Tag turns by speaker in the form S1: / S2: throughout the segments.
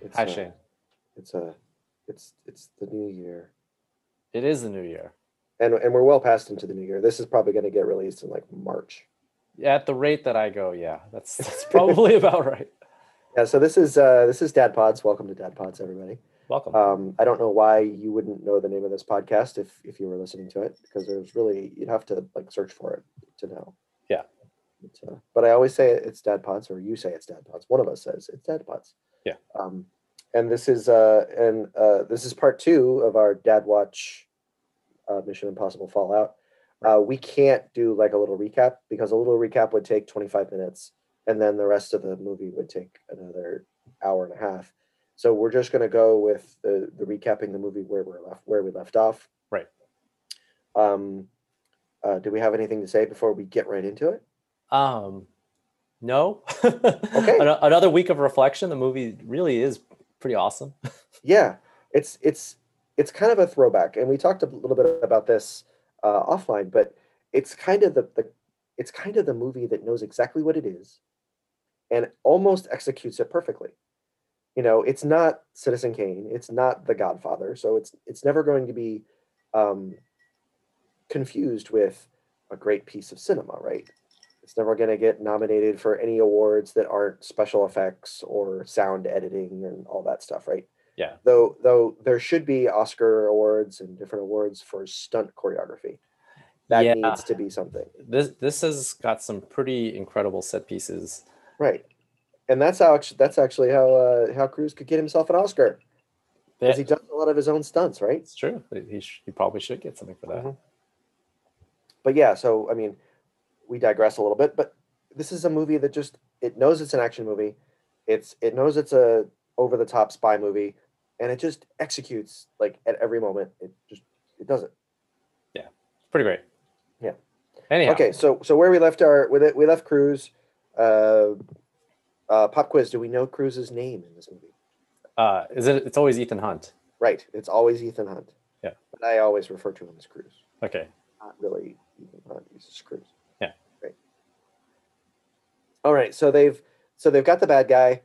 S1: It's a-
S2: Actually,
S1: it's a, it's it's the new year,
S2: it is the new year.
S1: and and we're well past into the new year. This is probably going to get released in like March.
S2: At the rate that I go, yeah, that's that's probably about right.
S1: Yeah. So this is uh, this is Dad Pods. Welcome to Dad Pods, everybody.
S2: Welcome.
S1: Um, I don't know why you wouldn't know the name of this podcast if if you were listening to it because there's really you'd have to like search for it to know.
S2: Yeah.
S1: It's, uh, but I always say it's Dad Pods, or you say it's Dad Pods. One of us says it's Dad Pods.
S2: Yeah.
S1: Um, and this is uh, and uh, this is part two of our Dad Watch, uh, Mission Impossible Fallout. Uh, we can't do like a little recap because a little recap would take 25 minutes, and then the rest of the movie would take another hour and a half. So we're just going to go with the, the recapping the movie where we're left where we left off.
S2: Right.
S1: Um, uh, do we have anything to say before we get right into it?
S2: Um, no. An- Another week of reflection. The movie really is pretty awesome.
S1: Yeah, it's it's it's kind of a throwback, and we talked a little bit about this uh, offline, but it's kind of the, the it's kind of the movie that knows exactly what it is, and almost executes it perfectly. You know, it's not Citizen Kane, it's not The Godfather, so it's it's never going to be um, confused with a great piece of cinema, right? It's never going to get nominated for any awards that aren't special effects or sound editing and all that stuff, right?
S2: Yeah.
S1: Though though there should be Oscar awards and different awards for stunt choreography. That
S2: Yeah.
S1: needs to be something.
S2: This this has got some pretty incredible set pieces.
S1: Right. And that's how actu- that's actually how uh, how Cruz could get himself an Oscar because he
S2: Yeah,
S1: does a lot of his own stunts, right?
S2: it's true. He, sh- he probably should get something for that.
S1: Mhm. But yeah, so I mean, we digress a little bit, but this is a movie that just it knows it's an action movie, it's it knows it's a over the top spy movie, and it just executes like at every moment. It just it does it.
S2: Pretty great.
S1: Yeah.
S2: Anyhow,
S1: Okay, so so where we left our with it we left Cruz. Uh, uh, pop quiz: Do we know Cruz's name in this movie?
S2: uh, is it? It's always Ethan Hunt.
S1: Right. It's always Ethan Hunt.
S2: Yeah.
S1: But I always refer to him as Cruz.
S2: Okay.
S1: Not really Ethan Hunt. He's just Cruz.
S2: Yeah.
S1: Right. All right. So they've so they've got the bad guy,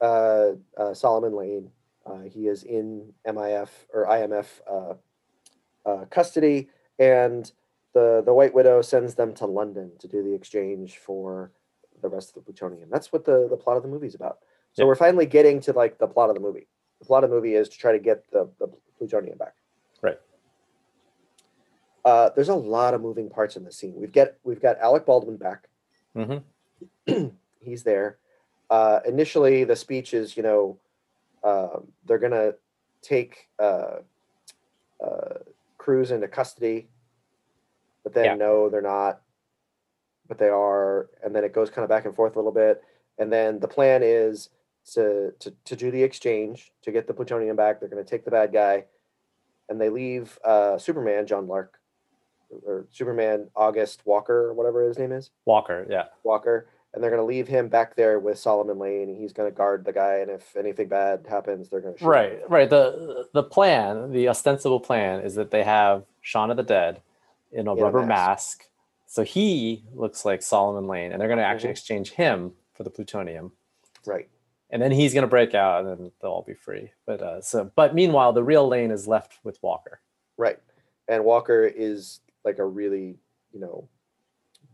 S1: uh, uh, Solomon Lane. Uh, he is in MIF or IMF uh, uh, custody, and the the White Widow sends them to London to do the exchange for the rest of the plutonium. That's what the the plot of the movie is about. So
S2: Yeah.
S1: we're finally getting to like the plot of the movie. The plot of the movie is to try to get the, the plutonium back.
S2: Right.
S1: Uh, there's a lot of moving parts in the scene. We've got we've got Alec Baldwin back.
S2: Mm-hmm.
S1: He's there. Uh, initially, the speech is you know uh, they're gonna take uh, uh, Cruz into custody, but then
S2: Yeah.
S1: no, they're not. But they are, and then it goes kind of back and forth a little bit. And then the plan is to to, to do the exchange to get the plutonium back. They're going to take the bad guy, and they leave uh, Superman John Lark or Superman August Walker or whatever his name is
S2: Walker. Yeah.
S1: Walker, and they're going to leave him back there with Solomon Lane. And he's going to guard the guy, and if anything bad happens, they're going to
S2: Right, right. The the plan, the ostensible plan, is that they have Shaun of the Dead in a
S1: In a
S2: rubber mask. so he looks like Solomon Lane, and they're going to actually
S1: Mhm.
S2: exchange him for the plutonium,
S1: right.
S2: and then he's going to break out, and then they'll all be free. But uh, so, but meanwhile, the real Lane is left with Walker.
S1: Right. And Walker is like a really, you know,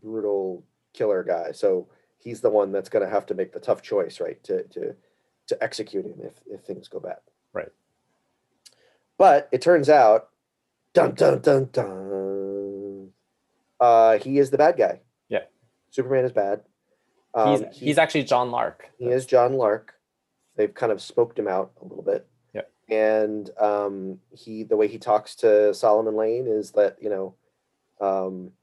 S1: brutal killer guy. So he's the one that's going to have to make the tough choice, right, to to to execute him if if things go bad.
S2: Right.
S1: But it turns out dun dun dun dun uh he is the bad guy.
S2: Yeah.
S1: Superman is bad.
S2: He's
S1: Um, he-
S2: he's actually John Lark.
S1: he is John Lark. They've kind of smoked him out a little bit.
S2: Yeah.
S1: And um, he, the way he talks to Solomon Lane is that you know, um,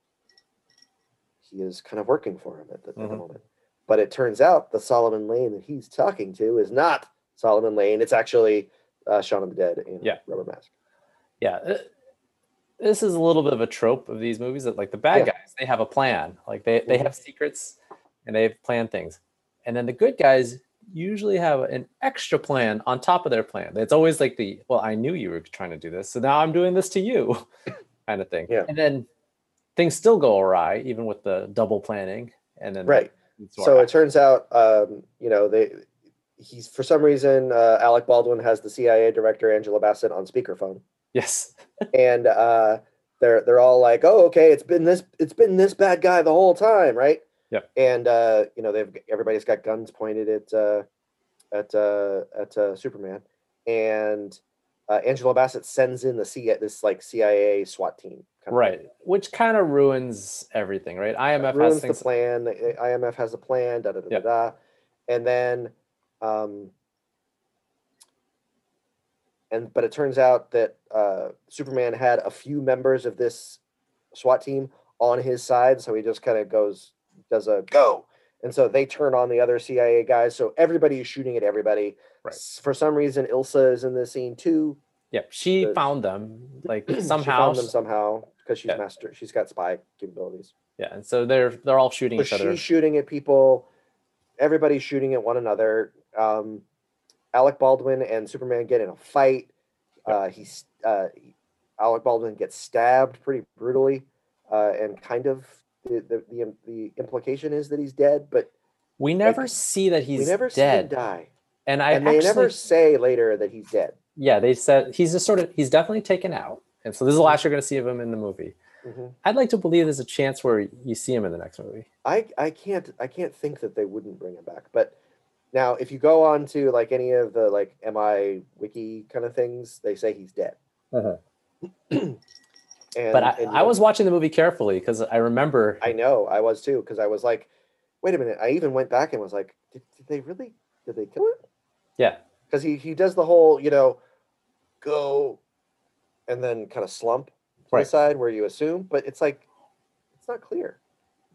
S1: he is kind of working for him at the, at the
S2: Mhm.
S1: moment. But it turns out the Solomon Lane that he's talking to is not Solomon Lane. It's actually uh, Shaun of the Dead in a
S2: Yeah.
S1: Rubber Mask.
S2: Yeah. uh, This is a little bit of a trope of these movies that like the bad
S1: Yeah.
S2: guys, they have a plan. Like they, they
S1: Mhm.
S2: have secrets and they've planned things. And then the good guys usually have an extra plan on top of their plan. It's always like the well, I knew you were trying to do this, so now I'm doing this to you kind of thing.
S1: Yeah.
S2: And then things still go awry, even with the double planning. And then
S1: Right.
S2: it's
S1: So it turns out, um, you know, they he's for some reason uh, Alec Baldwin has the CIA director Angela Bassett on speakerphone,
S2: Yes.
S1: and uh, they're they're all like, "Oh, okay, it's been this it's been this bad guy the whole time, right?"
S2: Yep.
S1: And uh, you know they've everybody's got guns pointed at uh, at uh, at uh, Superman, and uh, Angela Bassett sends in the CIA this like CIA SWAT team, kind of
S2: Right. Which kind of ruins everything, right? IMF has
S1: ruins the
S2: things.
S1: plan. eh, the IMF has a plan. Da da da da.
S2: Yep.
S1: da. And then, um, and but it turns out that uh, Superman had a few members of this SWAT team on his side, so he just kind of goes does a go, and so they turn on the other CIA guys. So everybody is shooting at everybody.
S2: Right.
S1: S- For some reason, Ilsa is in this scene too.
S2: Yep. She
S1: the-
S2: found them like
S1: She
S2: somehow.
S1: found them somehow because she's
S2: Yeah.
S1: master. She's got spy capabilities.
S2: yeah. And so they're they're all shooting each
S1: So
S2: other.
S1: she's shooting at people. Everybody's shooting at one another. Um, Alec Baldwin and Superman get in a fight. Uh, he's uh, Alec Baldwin gets stabbed pretty brutally, uh, and kind of the the, the im- the implication is that he's dead, but
S2: we never see that he's
S1: we never
S2: dead.
S1: see him die,
S2: And I
S1: and they
S2: actually,
S1: never say later that he's dead.
S2: yeah, they said he's just sort of he's definitely taken out. And so this is the last you're gonna see of him in the movie.
S1: Mhm.
S2: I'd like to believe there's a chance where you see him in the next movie.
S1: I I can't I can't think that they wouldn't bring him back, but. Now, if you go on to like any of the like MI wiki kind of things, they say he's dead. And,
S2: But I,
S1: and
S2: I
S1: you-
S2: was watching the movie carefully because I remember
S1: I know I was too because I was like, wait a minute. I even went back and was like, did, did they really? Did they kill it?
S2: Yeah.
S1: Because he he does the whole you know, go, and then kind of slump to the
S2: Right.
S1: side where you assume, but it's like, it's not clear.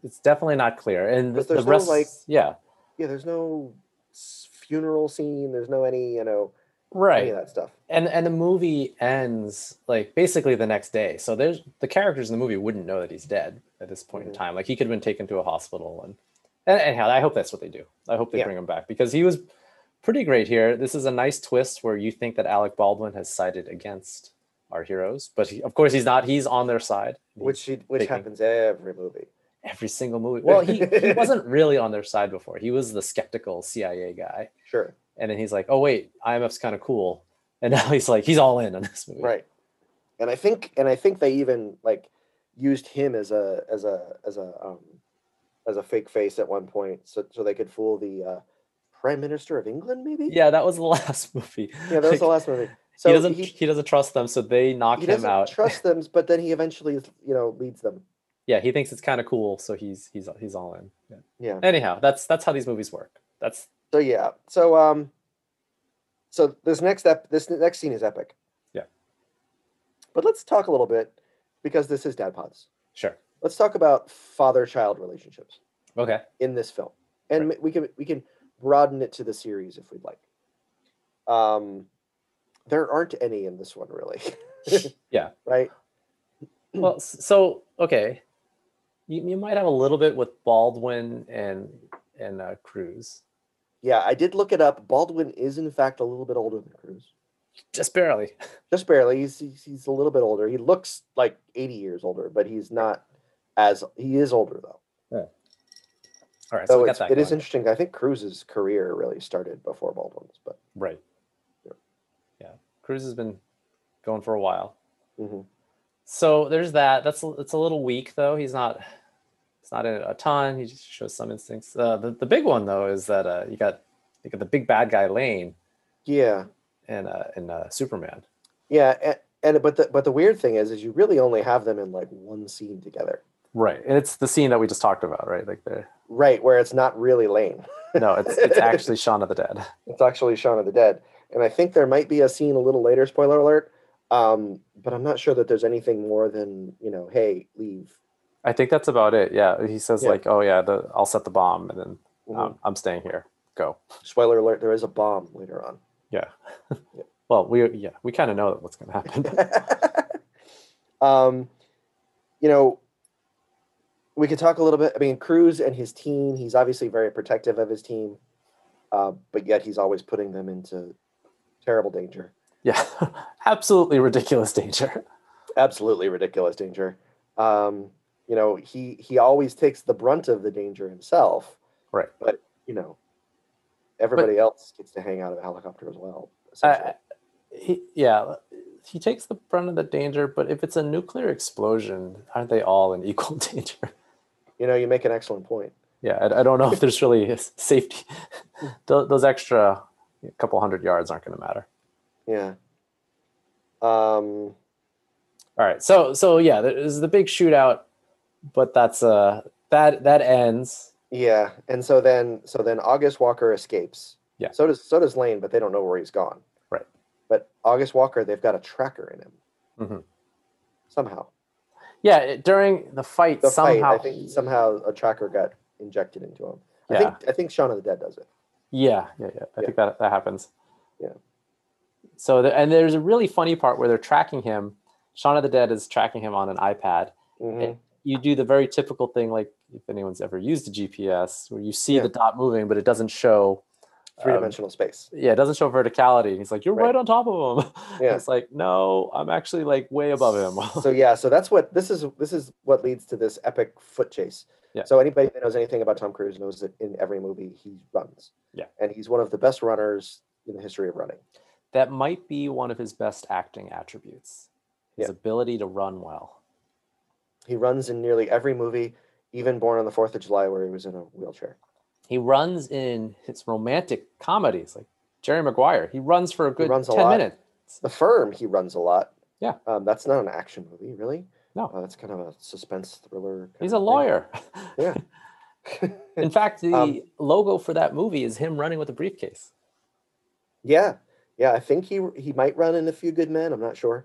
S2: it's definitely not clear. And the,
S1: But
S2: the
S1: there's no,
S2: rest
S1: like-
S2: yeah.
S1: Yeah, there's no s- funeral scene. There's no any you know
S2: Right.
S1: any of that stuff.
S2: and and the movie ends like basically the next day so there's the characters in the movie wouldn't know that he's dead at this point
S1: Mhm.
S2: in time like he could have been taken to a hospital and and anyhow i hope that's what they do i hope they
S1: Yeah.
S2: bring him back because he was pretty great here this is a nice twist where you think that alec baldwin has sided against our heroes but he, of course he's not he's on their side He's
S1: Which she, which
S2: taking-
S1: happens every movie.
S2: every single movie well he, he wasn't really on their side before he was the skeptical cia guy
S1: Sure.
S2: and then he's like oh wait imf's kind of cool and now he's like he's all in on this movie
S1: right and i think and i think they even like used him as a as a as a um as a fake face at one point so so they could fool the uh prime minister of england maybe
S2: Yeah, that was the last movie.
S1: yeah that was the
S2: Like,
S1: last movie so
S2: he doesn't
S1: he,
S2: he, doesn't trust them, so they knock
S1: he
S2: him
S1: doesn't
S2: out.
S1: trust them but then he eventually you know leads them
S2: yeah, he thinks it's kind of cool, so he's he's he's all in. Yeah.
S1: yeah
S2: Anyhow, that's that's how these movies work. That's
S1: so yeah so um so this next step this next scene is epic
S2: Yeah.
S1: but let's talk a little bit because this is dad pods
S2: sure.
S1: let's talk about father child relationships
S2: Okay.
S1: in this film, and ma- we can we can broaden it to the series if we'd like. Um, there aren't any in this one, really.
S2: Yeah.
S1: Right.
S2: Well, s- so okay, you, you might have a little bit with Baldwin and and uh, Cruz,
S1: Yeah, I did look it up. Baldwin is in fact a little bit older than Cruz,
S2: just barely.
S1: just barely. He's he's, he's a little bit older. He looks like eighty years older, but he's not as he is older though.
S2: All right, so,
S1: So
S2: we got
S1: it's,
S2: that.
S1: it is
S2: going.
S1: interesting. I think Cruz's career really started before Baldwin's, but
S2: right.
S1: Yeah.
S2: Yeah, Cruz has been going for a while. Mm-hmm.
S1: mhm.
S2: so there's that that's a- it's a little weak though he's not it's not in it a ton he just shows some instincts uh, the, the big one though is that uh, you got you got the big bad guy lane
S1: yeah,
S2: and uh, and uh, superman
S1: yeah. And, and but the but the weird thing is, is you really only have them in like one scene together.
S2: right and it's the scene that we just talked about right like there
S1: Right, where it's not really Lane.
S2: no it's it's actually shaun of the dead
S1: It's actually Shaun of the Dead. And I think there might be a scene a little later, spoiler alert. Um, but I'm not sure that there's anything more than, you know, hey, leave.
S2: i think that's about it yeah he says
S1: Yeah.
S2: like oh yeah the, i'll set the bomb and then
S1: Mhm.
S2: um, i'm staying here go
S1: Spoiler alert, there is a bomb later on.
S2: yeah well we yeah we kind of know what's gonna happen
S1: um, you know, we could talk a little bit. I mean, Cruz and his team, he's obviously very protective of his team, uh, but yet he's always putting them into terrible danger.
S2: yeah absolutely ridiculous danger
S1: absolutely ridiculous danger. Um, you know, he he always takes the brunt of the danger himself.
S2: Right.
S1: But you know, everybody else gets to hang out of a helicopter as well.
S2: I,
S1: essentially.
S2: Uh, he, yeah, he takes the brunt of the danger, but if it's a nuclear explosion, aren't they all in equal danger?
S1: you know, you make an excellent point.
S2: Yeah, I, I don't know if there's really a s- safety. Tho- Those extra couple hundred yards aren't going to matter.
S1: Yeah. Um,
S2: All right, so so yeah, there's the big shootout, but that's uh that that ends.
S1: yeah, and so then so then August Walker escapes.
S2: Yeah.
S1: So does so does Lane, but they don't know where he's gone.
S2: Right.
S1: But August Walker, they've got a tracker in him
S2: Mhm.
S1: somehow.
S2: Yeah, it, during the fight,
S1: The
S2: somehow.
S1: fight, I think somehow a tracker got injected into him. I
S2: yeah,
S1: think I think Shaun of the Dead does it.
S2: yeah, yeah, yeah. I
S1: Yeah.
S2: think that that happens.
S1: Yeah.
S2: So the, and there's a really funny part where they're tracking him. Shaun of the Dead is tracking him on an iPad.
S1: Mhm.
S2: It- You do the very typical thing, like if anyone's ever used a GPS, where you see
S1: Yeah.
S2: the dot moving, but it doesn't show
S1: Three
S2: um,
S1: dimensional space.
S2: yeah, it doesn't show verticality. He's like, you're
S1: Right.
S2: right, on top of him.
S1: Yeah.
S2: It's like, no, I'm actually like way Um, above him.
S1: so yeah, so that's what this is. This is what leads to this epic foot chase.
S2: Yeah.
S1: So anybody that knows anything about Tom Cruise knows that in every movie he runs.
S2: Yeah.
S1: And he's one of the best runners in the history of running.
S2: that might be one of his best acting attributes, his
S1: Yeah.
S2: ability to run well.
S1: He runs in nearly every movie, even Born on the Fourth of July, where he was in a wheelchair.
S2: He runs in his romantic comedies, like Jerry Maguire. He runs for a good
S1: runs a
S2: 10
S1: lot.
S2: minutes.
S1: The Firm, he runs a lot.
S2: Yeah.
S1: Um, that's not an action movie, really.
S2: No.
S1: Uh, that's kind of a suspense thriller. kind
S2: He's a
S1: of thing.
S2: lawyer.
S1: Yeah.
S2: in fact, the
S1: Um,
S2: logo for that movie is him running with a briefcase.
S1: Yeah. Yeah. I think he he might run in a few Good Men. I'm not sure.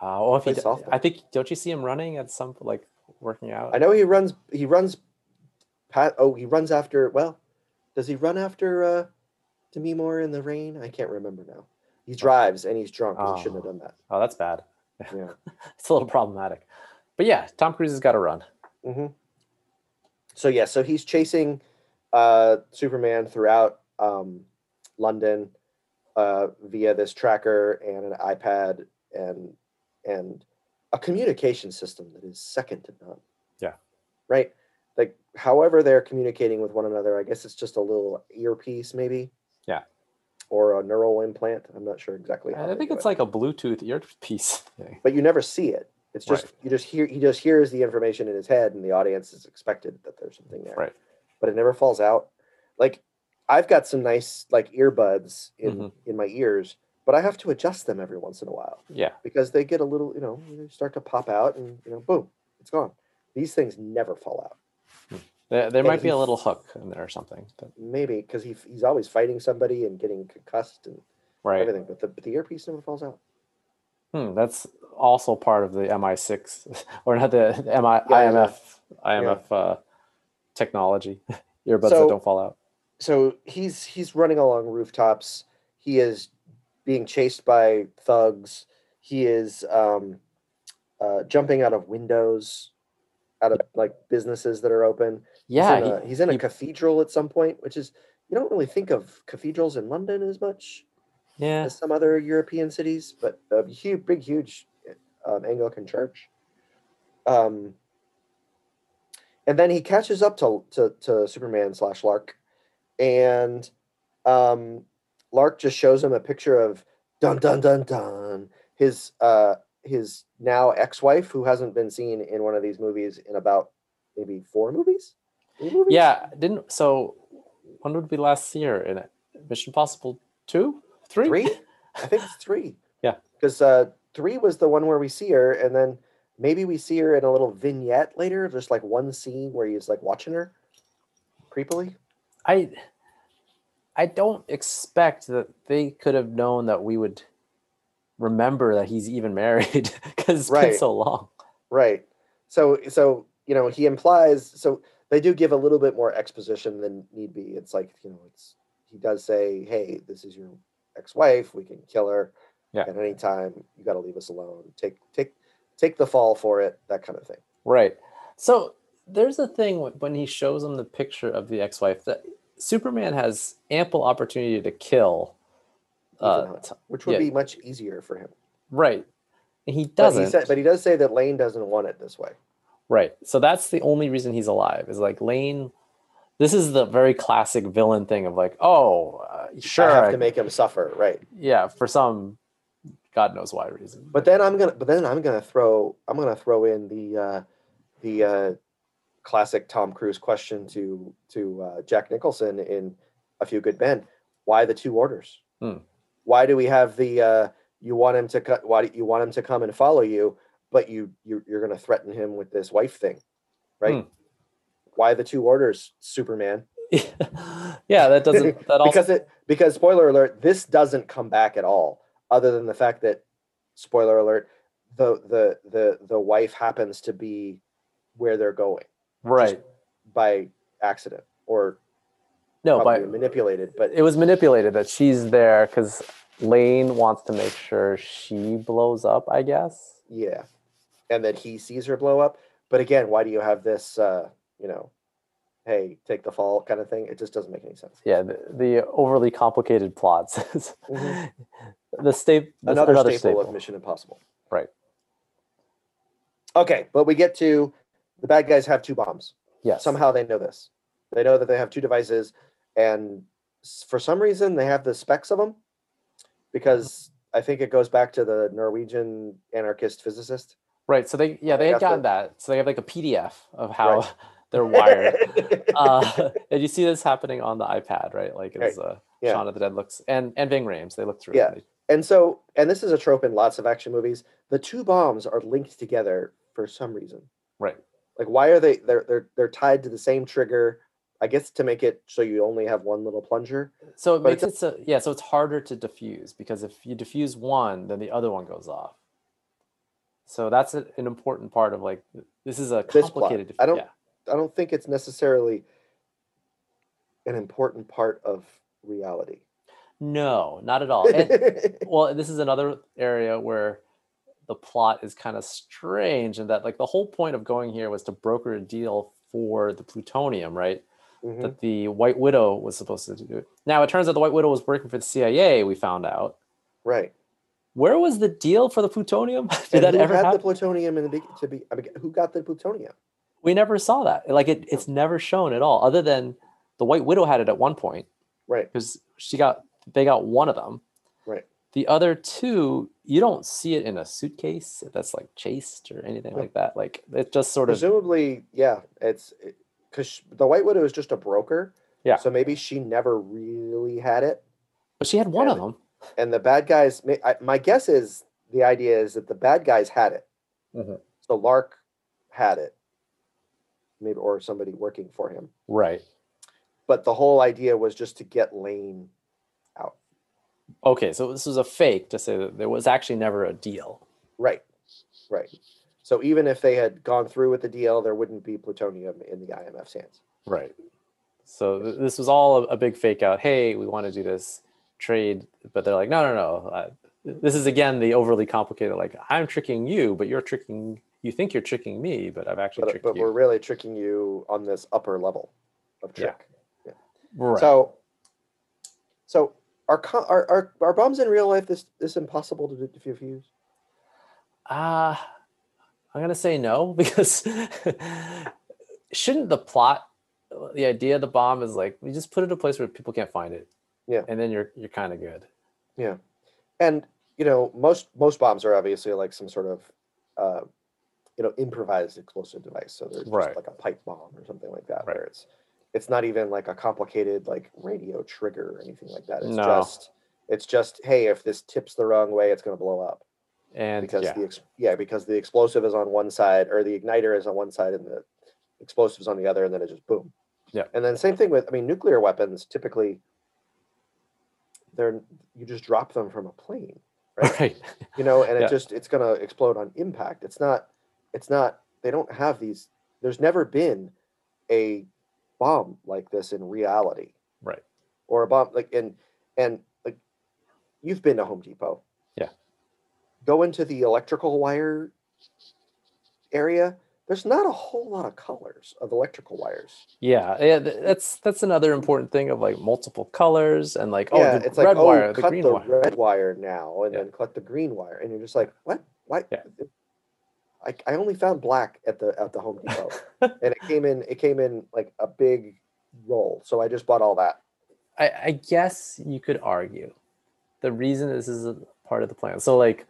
S2: Uh, well, if he,
S1: Plays
S2: d-
S1: softball.
S2: I think, don't you see him running at some, like working out?
S1: I know he runs. He runs. Pat. Oh, he runs after. Well, does he run after uh, Demi Moore in the rain? I can't remember now. He drives and he's drunk. 'cause He shouldn't have done that.
S2: Oh, that's bad.
S1: Yeah.
S2: It's a little problematic. But yeah, Tom Cruise has got to run.
S1: hmm So yeah, so he's chasing uh, Superman throughout um, London uh, via this tracker and an iPad and and a communication system that is second to none.
S2: Yeah.
S1: Right. Like, however they're communicating with one another, I guess it's just a little earpiece, maybe.
S2: Yeah.
S1: Or a neural implant. I'm not sure exactly.
S2: I
S1: they
S2: think
S1: do
S2: it's
S1: it.
S2: like a Bluetooth earpiece thing.
S1: but you never see it. It's
S2: Right.
S1: just you just hear he just hears the information in his head, and the audience is expected that there's something there,
S2: Right.
S1: but it never falls out. Like I've got some nice like earbuds in
S2: Mhm.
S1: in my ears, but I have to adjust them every once in a while
S2: Yeah.
S1: because they get a little you know they start to pop out, and you know boom, it's gone. These things never fall out.
S2: There, there
S1: Yeah,
S2: might be
S1: he-
S2: a little hook in there or something. but-
S1: Maybe because he, he's always fighting somebody and getting concussed and
S2: right.
S1: everything, but the, but the earpiece never falls out.
S2: Hmm, that's also part of the MI6 or not the, the MI,
S1: Yeah, yeah.
S2: IMF IMF uh, technology. Earbuds
S1: So-
S2: that don't fall out.
S1: so he's he's running along rooftops. He is being chased by thugs. He is um, uh, jumping out of windows, out of like businesses that are open.
S2: Yeah.
S1: he's in a,
S2: he-
S1: he's in a
S2: he-
S1: cathedral at some point, which is you don't really think of cathedrals in London as much
S2: yeah.
S1: as some other European cities, but a huge, big, huge um, Anglican church. Um, and then he catches up to to, to Superman slash Lark, and um, Lark just shows him a picture of dun dun dun dun his uh, his now ex wife who hasn't been seen in one of these movies in about maybe four movies. Three movies?
S2: Yeah. Didn't so when did we last see her in it? Mission Possible two? Three?
S1: three i think it's three
S2: Yeah.
S1: because uh three was the one where we see her and then maybe we see her in a little vignette later just like one scene where he's like watching her creepily
S2: I I don't expect that they could have known that we would remember that he's even married because it's
S1: Right.
S2: been so long.
S1: right so so you know he implies so they do give a little bit more exposition than need be it's like you know it's he does say hey this is your ex-wife we can kill her
S2: Yeah.
S1: at any time you got to leave us alone take take take the fall for it that kind of thing
S2: Right. So there's a thing wh- when he shows him the picture of the ex-wife that Superman has ample opportunity to kill. Uh,
S1: Ethan Hunt,
S2: t-
S1: which would
S2: yeah.
S1: be much easier for him
S2: right. And he
S1: But
S2: doesn't.
S1: He said, but he does say that Lane doesn't want it this way.
S2: right. So that's the only reason he's alive is like Lane This is the very classic villain thing of like, oh, uh, sure,
S1: I have
S2: I-
S1: to make him suffer, right?
S2: yeah, for some God knows why reason.
S1: But then I'm gonna, but then I'm gonna throw, I'm gonna throw in the, uh, the uh, classic Tom Cruise question to to uh, Jack Nicholson in A Few Good Men: Why the two orders?
S2: Hmm.
S1: Why do we have the? Uh, you want him to cut? Why do you want him to come and follow you? But you you're, you're gonna threaten him with this wife thing, right?
S2: Hmm.
S1: Why the two orders, Superman?
S2: yeah, that doesn't that also
S1: because it because spoiler alert this doesn't come back at all other than the fact that spoiler alert the the the the wife happens to be where they're going
S2: right.
S1: by accident or
S2: No,
S1: probably
S2: but
S1: manipulated but
S2: it was manipulated that she's there because Lane wants to make sure she blows up. I guess.
S1: yeah and then he sees her blow up but again why do you have this uh you know hey take the fall kind of thing it just doesn't make any sense
S2: Yeah, the, the overly complicated plots.
S1: Mhm.
S2: The state
S1: another, staple, of Mission Impossible.
S2: Right.
S1: Okay, but we get to the bad guys have two bombs.
S2: Yes.
S1: Somehow they know this. They know that they have two devices, and s- for some reason they have the specs of them. Because I think it goes back to the Norwegian anarchist physicist.
S2: Right. So they yeah they had
S1: got the-
S2: gotten that. So they have like a PDF of how they're wired. uh, and you see this happening on the iPad, right? Like it
S1: Right.
S2: was uh,
S1: Yeah.
S2: Shaun of the Dead looks and and Ving Rhames. They look through.
S1: Yeah.
S2: It and
S1: and so, and this is a trope in lots of action movies. The two bombs are linked together for some reason.
S2: Right.
S1: Like, why are they? They're they're they're tied to the same trigger. I guess to make it so you only have one little plunger.
S2: they- so it
S1: But it
S2: makes it so yeah. So it's harder to diffuse because if you diffuse one, then the other one goes off. So that's a, an important part of like th- this is a
S1: plot.
S2: complicated.
S1: I don't-
S2: Yeah.
S1: I don't think it's necessarily an important part of reality.
S2: No, not at all. And, well, this is another area where the plot is kind of strange, and that like the whole point of going here was to broker a deal for the plutonium, right?
S1: Mhm.
S2: that the White Widow was supposed to do. Now it turns out the White Widow was working for the CIA. We found out.
S1: Right.
S2: Where was the deal for the plutonium? Did
S1: And
S2: that
S1: who
S2: ever
S1: had the
S2: happen?
S1: plutonium in the big, to be? I mean, who got the plutonium?
S2: we never saw that. Like it, it's never shown at all, other than the White Widow had it at one point
S1: Right.
S2: because she got they got one of them.
S1: Right.
S2: The other two, you don't see it in a suitcase that's like chased or anything
S1: Yeah.
S2: like that. Like it just sort of
S1: Presumably, yeah. It's because the White Widow is just a broker.
S2: Yeah.
S1: So maybe she never really had it,
S2: but she had one of them.
S1: and the bad guys. may- I- My guess is the idea is that the bad guys had it.
S2: Mhm.
S1: So Lark had it, maybe, or somebody working for him.
S2: Right.
S1: but the whole idea was just to get Lane.
S2: Okay, so this was a fake to say that there was actually never a deal.
S1: Right, right. So even if they had gone through with the deal, there wouldn't be plutonium in the IMF's hands.
S2: Right. So th- this was all a, a big fake out. Hey, we want to do this trade, but they're like, no, no, no. Uh, this is again the overly complicated. Like I'm tricking you, but you're tricking. You think you're tricking me, but I've actually
S1: But, uh,
S2: tricked
S1: but we're
S2: you.
S1: really tricking you on this upper level of
S2: Yeah.
S1: trick.
S2: Right.
S1: So, so are, co- are are are bombs in real life this this impossible to d- diffuse?
S2: Uh, I'm gonna say no because shouldn't the plot, uh, the idea of the bomb is like we just put it in a place where people can't find it.
S1: Yeah.
S2: And then you're you're kind of good.
S1: And you know, most most bombs are obviously like some sort of, uh, you know, improvised explosive device. So they're just
S2: Right.
S1: like a pipe bomb or something like that.
S2: Right.
S1: Where it's it's not even like a complicated like radio trigger or anything like that. It's
S2: No.
S1: just it's just hey, if this tips the wrong way, it's going to blow up
S2: And
S1: because
S2: yeah.
S1: the ex- yeah because the explosive is on one side or the igniter is on one side and the explosives on the other, and then it just boom.
S2: Yeah.
S1: And then same thing with I mean nuclear weapons typically. They're you just drop them from a plane right.
S2: right.
S1: you know and
S2: Yeah.
S1: it just it's going to explode on impact it's not it's not they don't have these there's never been a bomb like this in reality
S2: Right.
S1: or a bomb like and and like you've been to home depot
S2: Yeah.
S1: go into the electrical wire area there's not a whole lot of colors of electrical wires
S2: Yeah, yeah, th- that's that's another important thing of like multiple colors and like oh the red wire, the
S1: cut
S2: green
S1: the
S2: wire.
S1: red wire now, and
S2: Yeah.
S1: then cut the green wire, and you're just like, what? Why?
S2: Yeah.
S1: I, I only found black at the at the Home Depot, and it came in it came in like a big roll. So I just bought all that.
S2: I, I guess you could argue the reason this is a part of the plan. So like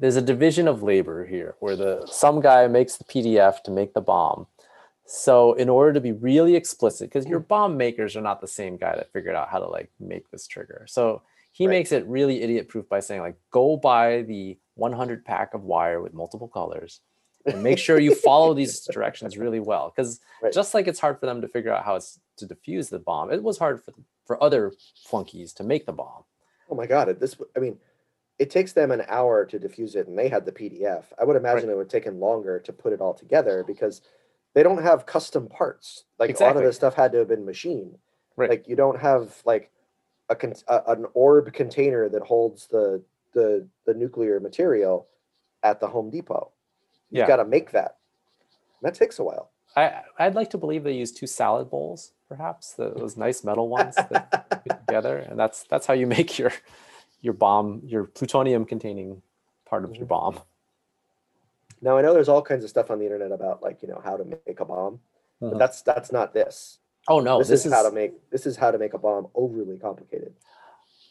S2: there's a division of labor here where the some guy makes the PDF to make the bomb. So in order to be really explicit, because your bomb makers are not the same guy that figured out how to like make this trigger. So he
S1: Right.
S2: makes it really idiot proof by saying like go buy the 100 pack of wire with multiple colors and make sure you follow these directions really well because
S1: Right.
S2: just like it's hard for them to figure out how it's to defuse the bomb it was hard for for other flunkies to make the bomb
S1: Oh my god! At this, I mean, it takes them an hour to diffuse it, and they had the PDF. I would imagine it would take them longer to put it all together because they don't have custom parts. Like a lot
S2: Exactly.
S1: of this stuff had to have been machined.
S2: Right.
S1: Like you don't have like a, con- a an orb container that holds the the the nuclear material at the Home Depot. You've
S2: Yeah.
S1: got to make that. That takes a while.
S2: I I'd like to believe they used two salad bowls, perhaps the, those nice metal ones that fit together, and that's that's how you make your your bomb, your plutonium-containing part of your
S1: Mhm.
S2: bomb.
S1: Now I know there's all kinds of stuff on the internet about like you know how to make a bomb,
S2: Mhm.
S1: but that's that's not this.
S2: Oh no,
S1: this, is, how to make this is how to make a bomb overly complicated.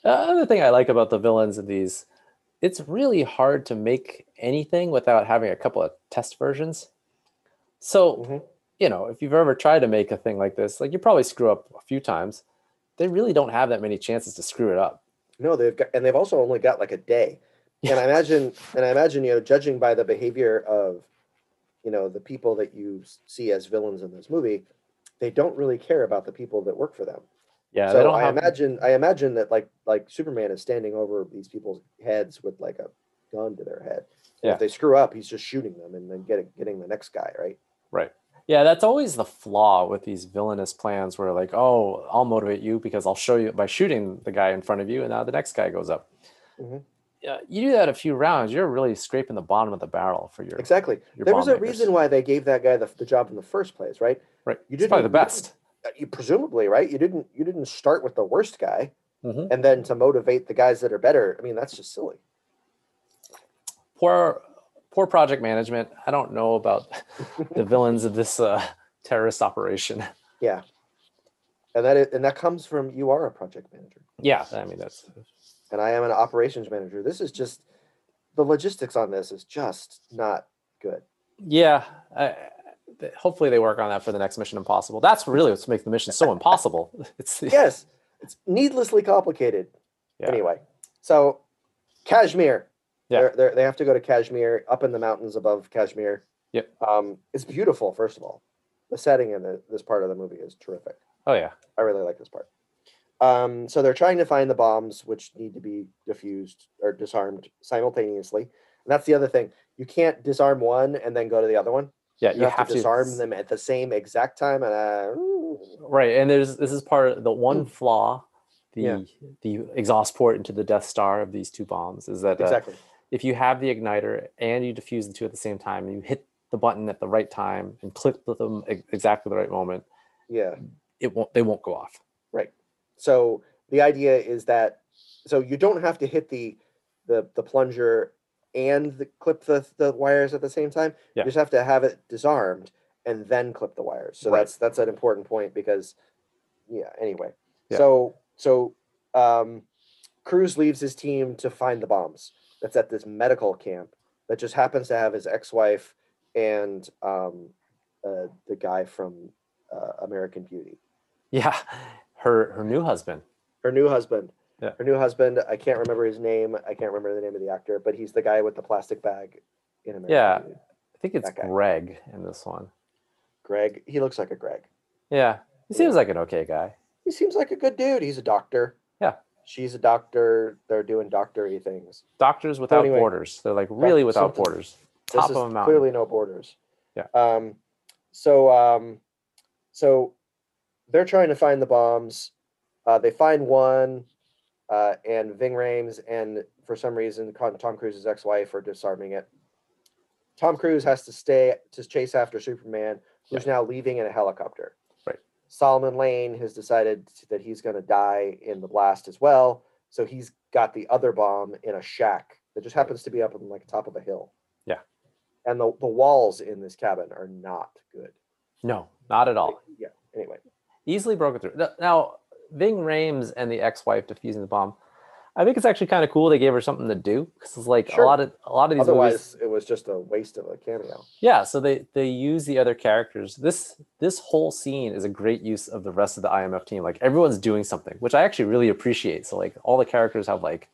S2: another thing I like about the villains of these. It's really hard to make anything without having a couple of test versions. So
S1: Mhm.
S2: you know, if you've ever tried to make a thing like this, like you probably screw up a few times. They really don't have that many chances to screw it up.
S1: No, they've got and they've also only got like a day. And I imagine and I imagine you know judging by the behavior of you know the people that you s- see as villains in this movie, they don't really care about the people that work for them.
S2: Yeah, they
S1: so
S2: don't
S1: I
S2: have
S1: imagine I imagine that like like Superman is standing over these people's heads with like a gun to their head. And
S2: Yeah.
S1: If they screw up, he's just shooting them and then getting getting the next guy, right?
S2: Yeah, that's always the flaw with these villainous plans where like, oh, I'll motivate you because I'll show you by shooting the guy in front of you and now the next guy goes up.
S1: Mhm.
S2: Yeah, you do that a few rounds, you're really scraping the bottom of the barrel for your
S1: Exactly.
S2: your
S1: there was
S2: bomb
S1: a
S2: makers.
S1: reason why they gave that guy the, the job in the first place, right?
S2: right.
S1: you
S2: it's probably the
S1: didn't- you didn't-
S2: best.
S1: uh, you presumably right you didn't you didn't start with the worst guy
S2: Mhm.
S1: and then to motivate the guys that are better i mean that's just silly
S2: Poor poor project management. I don't know about the villains of this uh, terrorist operation.
S1: and that is, and that comes from you are a project manager
S2: Yeah, I mean that's
S1: and i am an operations manager this is just the logistics on this is just not good
S2: Yeah, I, th- hopefully they work on that for the next Mission Impossible. That's really what makes the mission so impossible. It's the-
S1: yes it's needlessly complicated
S2: Yeah.
S1: anyway so kashmir
S2: Yeah.
S1: they're, they're, they have to go to kashmir up in the mountains above kashmir
S2: Yep.
S1: um, it's beautiful first of all the setting in the, this part of the movie is terrific
S2: Oh yeah.
S1: I really like this part. Um, so they're trying to find the bombs which need to be diffused or disarmed simultaneously. And that's the other thing. You can't disarm one and then go to the other one.
S2: Yeah,
S1: You, have, to disarm them at the same exact time. And uh,
S2: Right, and there's this is part of the one flaw, the
S1: Mm. Yeah.
S2: the exhaust port into the Death Star of these two bombs is that uh,
S1: exactly.
S2: if you have the igniter and you defuse the two at the same time, you hit the button at the right time and click with them e- exactly the right moment,
S1: Yeah.
S2: it won't they won't go off.
S1: So the idea is that so you don't have to hit the the the plunger and the, clip the the wires at the same time.
S2: Yeah.
S1: You just have to have it disarmed and then clip the wires. So
S2: Right.
S1: that's that's an important point because yeah, anyway.
S2: Yeah.
S1: So so um Cruz leaves his team to find the bombs. That's at this medical camp that just happens to have his ex-wife and um uh, the guy from uh, American Beauty
S2: Yeah, her her new husband.
S1: her new husband.
S2: Yeah.
S1: Her new husband. I can't remember his name. I can't remember the name of the actor, but he's the guy with the plastic bag in America.
S2: Yeah. I think it's
S1: That guy.
S2: Greg in this one.
S1: Greg. He looks like a Greg.
S2: Yeah, he
S1: Yeah.
S2: seems like an okay guy.
S1: He seems like a good dude. He's a doctor.
S2: Yeah.
S1: She's a doctor. They're doing doctory things.
S2: Doctors without
S1: anyway,
S2: borders. They're like really without
S1: something-
S2: borders.
S1: This
S2: Top
S1: is
S2: of a mountain.
S1: clearly no borders.
S2: Yeah.
S1: Um, so um, so they're trying to find the bombs. Uh, they find one, uh, and Ving Rhames and for some reason Con- Tom Cruise's ex-wife are disarming it. Tom Cruise has to stay to chase after Superman, who's now leaving in a helicopter.
S2: Right.
S1: Solomon Lane has decided that he's going to die in the blast as well, so he's got the other bomb in a shack that just happens to be up on like top of a hill.
S2: Yeah.
S1: And the, the walls in this cabin are not good.
S2: No, not at all.
S1: Yeah. Anyway.
S2: easily broken through. Now- Now, Ving Rames and the ex-wife defusing the bomb. I think it's actually kind of cool. They gave her something to do because it's like
S1: Sure.
S2: a lot of a lot of these movies.
S1: Otherwise, it was just a waste of a cameo.
S2: Yeah, so they they use the other characters. This this whole scene is a great use of the rest of the IMF team. Like everyone's doing something, which I actually really appreciate. So like all the characters have like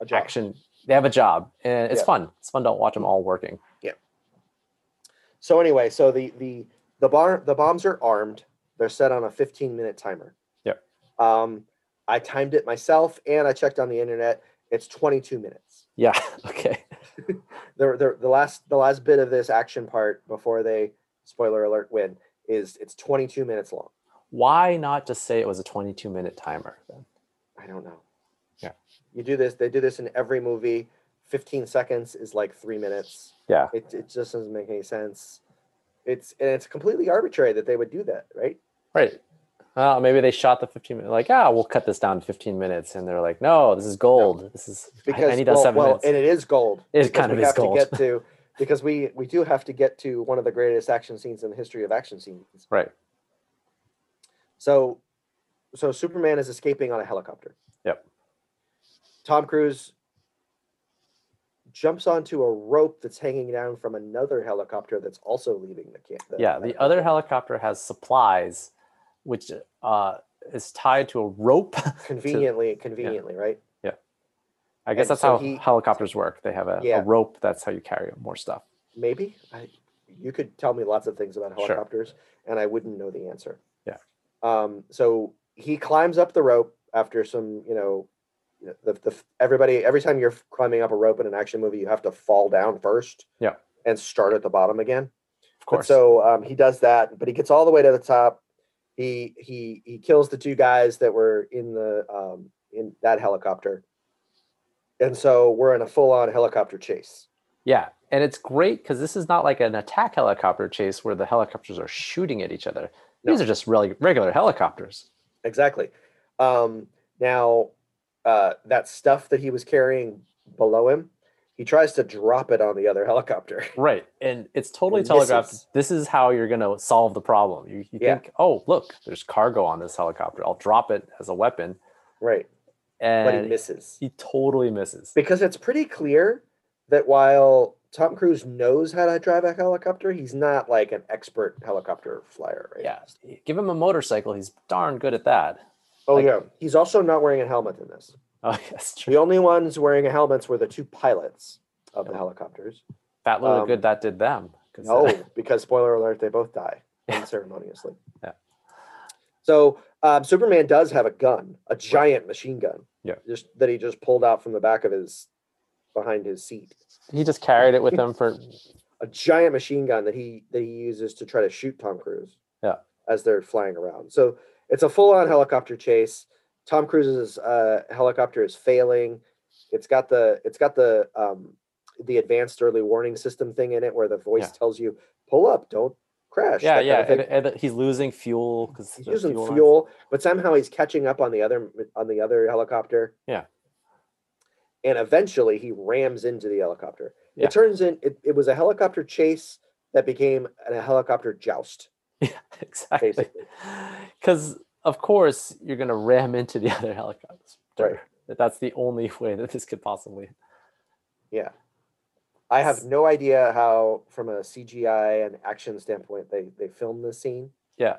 S1: A job.
S2: action. They have a job, and it's
S1: Yeah.
S2: fun. It's fun to watch them all working.
S1: So anyway, so the the the bar the bombs are armed. They're set on a 15 minute timer.
S2: Yep.
S1: Um, I timed it myself, and I checked on the internet. It's 22 minutes.
S2: Yeah. Okay.
S1: The the, the last the last bit of this action part before they spoiler alert win is it's 22 minutes long.
S2: Why not just say it was a 22 minute timer? then?
S1: I don't know.
S2: Yeah.
S1: You do this. They do this in every movie. 15 seconds is like three minutes.
S2: Yeah.
S1: It it just doesn't make any sense. It's and it's completely arbitrary that they would do that, right?
S2: Right. Uh, maybe they shot the 15 minute, like, ah, we'll cut this down to 15 minutes. And they're like, no, this is gold. This is, I-
S1: because
S2: I, need that
S1: well,
S2: seven
S1: well,
S2: minutes.
S1: and it is gold.
S2: It
S1: because
S2: kind of
S1: we
S2: is
S1: have
S2: gold.
S1: to get to because we we do have to get to one of the greatest action scenes in the history of action scenes.
S2: Right.
S1: So, so Superman is escaping on a helicopter.
S2: Yep.
S1: Tom Cruise jumps onto a rope that's hanging down from another helicopter that's also leaving the camp.
S2: yeah. The uh, other helicopter has supplies, which uh, is tied to a rope.
S1: conveniently, conveniently, right?
S2: I guess
S1: And
S2: that's
S1: so
S2: how
S1: he-
S2: helicopters work. They have a,
S1: Yeah.
S2: a rope. That's how you carry more stuff.
S1: Maybe I, you could tell me lots of things about
S2: Sure.
S1: helicopters, and I wouldn't know the answer.
S2: Yeah.
S1: Um, so he climbs up the rope after some, you know, the, the everybody every time you're climbing up a rope in an action movie, you have to fall down first.
S2: Yeah.
S1: And start at the bottom again.
S2: Of
S1: But
S2: course.
S1: so um, he does that, but he gets all the way to the top. He he he kills the two guys that were in the um, in that helicopter, and so we're in a full on helicopter chase.
S2: yeah. And it's great because this is not like an attack helicopter chase where the helicopters are shooting at each other.
S1: No.
S2: These are just really regular helicopters.
S1: Exactly. Um, now, uh, that stuff that he was carrying below him, he tries to drop it on the other helicopter.
S2: Right. And it's totally
S1: And
S2: telegraphed.
S1: misses.
S2: This is how you're going to solve the problem. You, you
S1: Yeah.
S2: think, oh, look, there's cargo on this helicopter. I'll drop it as a weapon.
S1: right. But he
S2: And he,
S1: misses
S2: totally misses.
S1: because it's pretty clear that while Tom Cruise knows how to drive a helicopter, he's not like an expert helicopter flyer. Right?
S2: Yeah. Give him a motorcycle. He's darn good at that.
S1: Oh,
S2: Like-
S1: yeah. He's also not wearing a helmet in this.
S2: Oh, yes. True.
S1: The only ones wearing helmets were the two pilots of the
S2: Yeah.
S1: helicopters.
S2: Fat little
S1: um,
S2: good that did them. 'cause, uh,
S1: No, because spoiler alert, they both die
S2: Yeah.
S1: unceremoniously.
S2: Yeah.
S1: So um, Superman does have a gun, a giant machine gun.
S2: Yeah.
S1: Just that he just pulled out from the back of his behind his seat.
S2: he just carried it with him for,
S1: A giant machine gun that he that he uses to try to shoot Tom Cruise.
S2: Yeah.
S1: As they're flying around. So it's a full-on helicopter chase. Tom Cruise's uh, helicopter is failing. It's got the it's got the um, the advanced early warning system thing in it where the voice
S2: Yeah.
S1: tells you pull up, don't crash.
S2: yeah,
S1: that kind
S2: yeah.
S1: of thing.
S2: And, and that he's losing fuel because
S1: He's using fuel, but somehow he's catching up on the other on the other helicopter.
S2: Yeah.
S1: And eventually he rams into the helicopter.
S2: Yeah.
S1: It turns in it, it was a helicopter chase that became a helicopter joust.
S2: Yeah, exactly. Because, of course, you're going to ram into the other helicopter. That's the only way that this could possibly
S1: Yeah. I have
S2: S-
S1: no idea how from a CGI and action standpoint they they filmed this scene.
S2: Yeah.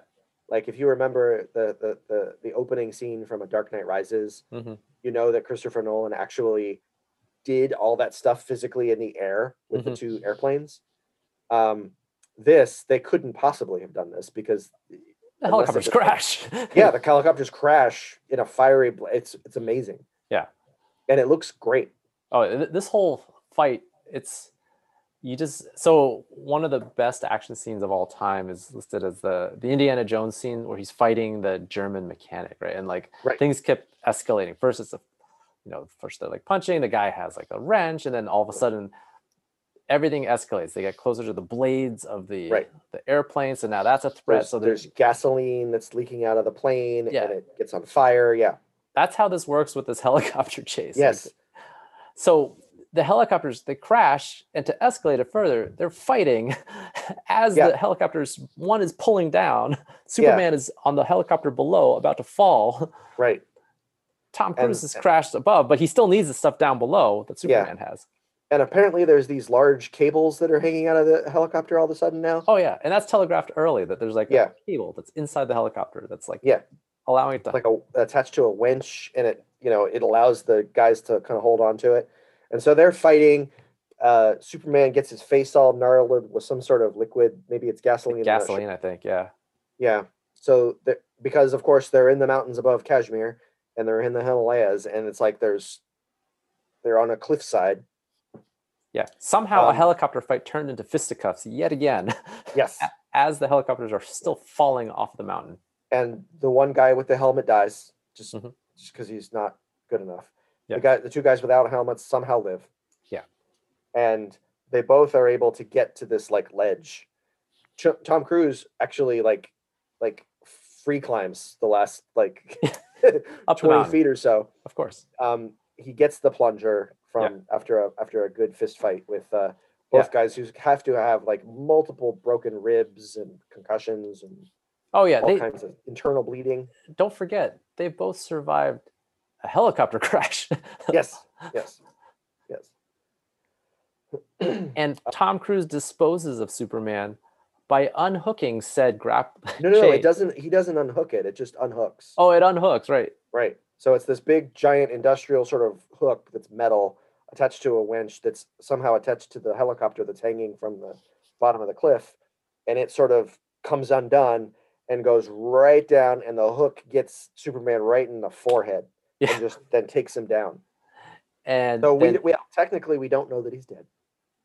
S1: Like if you remember the the the, the opening scene from A Dark Knight Rises,
S2: Mhm.
S1: you know that Christopher Nolan actually did all that stuff physically in the air with the
S2: Mhm.
S1: two airplanes. Um, this they couldn't possibly have done this because
S2: The
S1: unless it
S2: helicopters
S1: was-
S2: crash.
S1: yeah, the helicopters crash in a fiery. Bl- it's it's amazing.
S2: Yeah.
S1: and it looks great.
S2: Oh, th- this whole fight, it's you just so one of the best action scenes of all time is listed as the the Indiana Jones scene where he's fighting the German mechanic, right? And like
S1: Right.
S2: things kept escalating. First it's a you know, first they're like punching, the guy has like a wrench, and then all of a sudden everything escalates. They get closer to the blades of the
S1: Right.
S2: the airplane. So now that's a threat.
S1: There's,
S2: so
S1: there's gasoline that's leaking out of the plane,
S2: Yeah.
S1: and it gets on fire. Yeah.
S2: that's how this works with this helicopter chase. like,
S1: Yes.
S2: so the helicopters they crash and to escalate it further they're fighting as
S1: Yeah.
S2: the helicopters one is pulling down superman is on the helicopter below about to fall
S1: right.
S2: tom cruise
S1: And-
S2: has crashed above but he still needs the stuff down below that
S1: Yeah.
S2: superman has
S1: And apparently, there's these large cables that are hanging out of the helicopter all of a sudden now.
S2: oh yeah and that's telegraphed early that there's like
S1: Yeah.
S2: a cable that's inside the helicopter that's like
S1: Yeah.
S2: allowing it to
S1: like a attached to a winch and it you know it allows the guys to kind of hold on to it and so they're fighting uh superman gets his face all gnarled with some sort of liquid maybe it's gasoline I'm not sure.
S2: gasoline i think yeah
S1: yeah so the- because of course they're in the mountains above kashmir and they're in the himalayas and it's like there's they're on a cliffside
S2: yeah somehow a
S1: Um,
S2: helicopter fight turned into fisticuffs yet again
S1: yes
S2: as the helicopters are still falling off the mountain
S1: and the one guy with the helmet dies just
S2: Mhm.
S1: just because he's not good enough.
S2: Yeah.
S1: The guy, the two guys without helmets somehow live.
S2: Yeah.
S1: and they both are able to get to this like ledge. Ch- Tom Cruise actually like like free climbs the last like
S2: up the
S1: twenty
S2: mountain
S1: feet or so.
S2: of course
S1: Um, he gets the plunger
S2: Yeah.
S1: from after a after a good fist fight with uh,
S2: Yeah.
S1: both guys who have to have like multiple broken ribs and concussions and
S2: oh yeah
S1: all
S2: they,
S1: kinds of internal bleeding.
S2: don't forget they both survived a helicopter crash
S1: yes, yes, yes.
S2: and
S1: Oh.
S2: tom cruise disposes of superman by unhooking said grap
S1: no, no, no,
S2: chain.
S1: it doesn't. He doesn't unhook it. It just unhooks.
S2: oh it unhooks right
S1: Right. So it's this big, giant industrial sort of hook that's metal attached to a winch that's somehow attached to the helicopter that's hanging from the bottom of the cliff, and it sort of comes undone and goes right down, and the hook gets Superman right in the forehead
S2: Yeah.
S1: and just then takes him down.
S2: and
S1: So we,
S2: then-
S1: we technically we don't know that he's dead.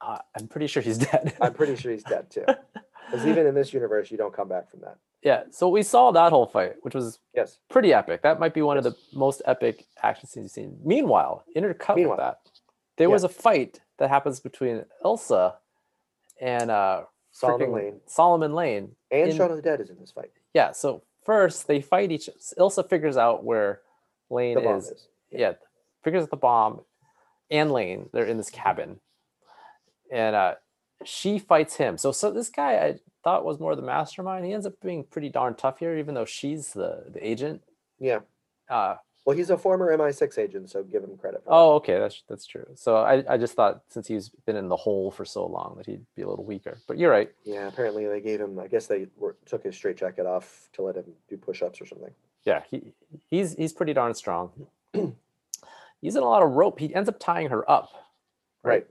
S2: uh, i'm pretty sure he's dead
S1: I'm pretty sure he's dead too, because even in this universe, you don't come back from that.
S2: yeah so we saw that whole fight which was
S1: Yes.
S2: pretty epic. That might be one of the most epic action scenes you've seen. Meanwhile, intercut
S1: Meanwhile.
S2: with that, there
S1: Yeah.
S2: was a fight that happens between Elsa and uh,
S1: Solomon
S2: freaking
S1: Lane
S2: Solomon Lane.
S1: and
S2: in-
S1: Shaun of the Dead is in this fight.
S2: Yeah. So first they fight each. Ilsa figures out where Lane
S1: The bomb
S2: is.
S1: is.
S2: Yeah, figures out the bomb, and Lane. They're in this cabin, and uh, she fights him. So so this guy I thought was more the mastermind. He ends up being pretty darn tough here, even though she's the the agent.
S1: Yeah.
S2: Uh,
S1: Well, he's a former MI6 agent, so give him credit. For that.
S2: Oh, okay, that's that's true. So I, I just thought since he's been in the hole for so long that he'd be a little weaker. But you're right.
S1: Yeah. Apparently, they gave him. I guess they were, took his straitjacket off to let him do push-ups or something.
S2: Yeah, he he's he's pretty darn strong. he's in a lot of rope. He ends up tying her up.
S1: Right.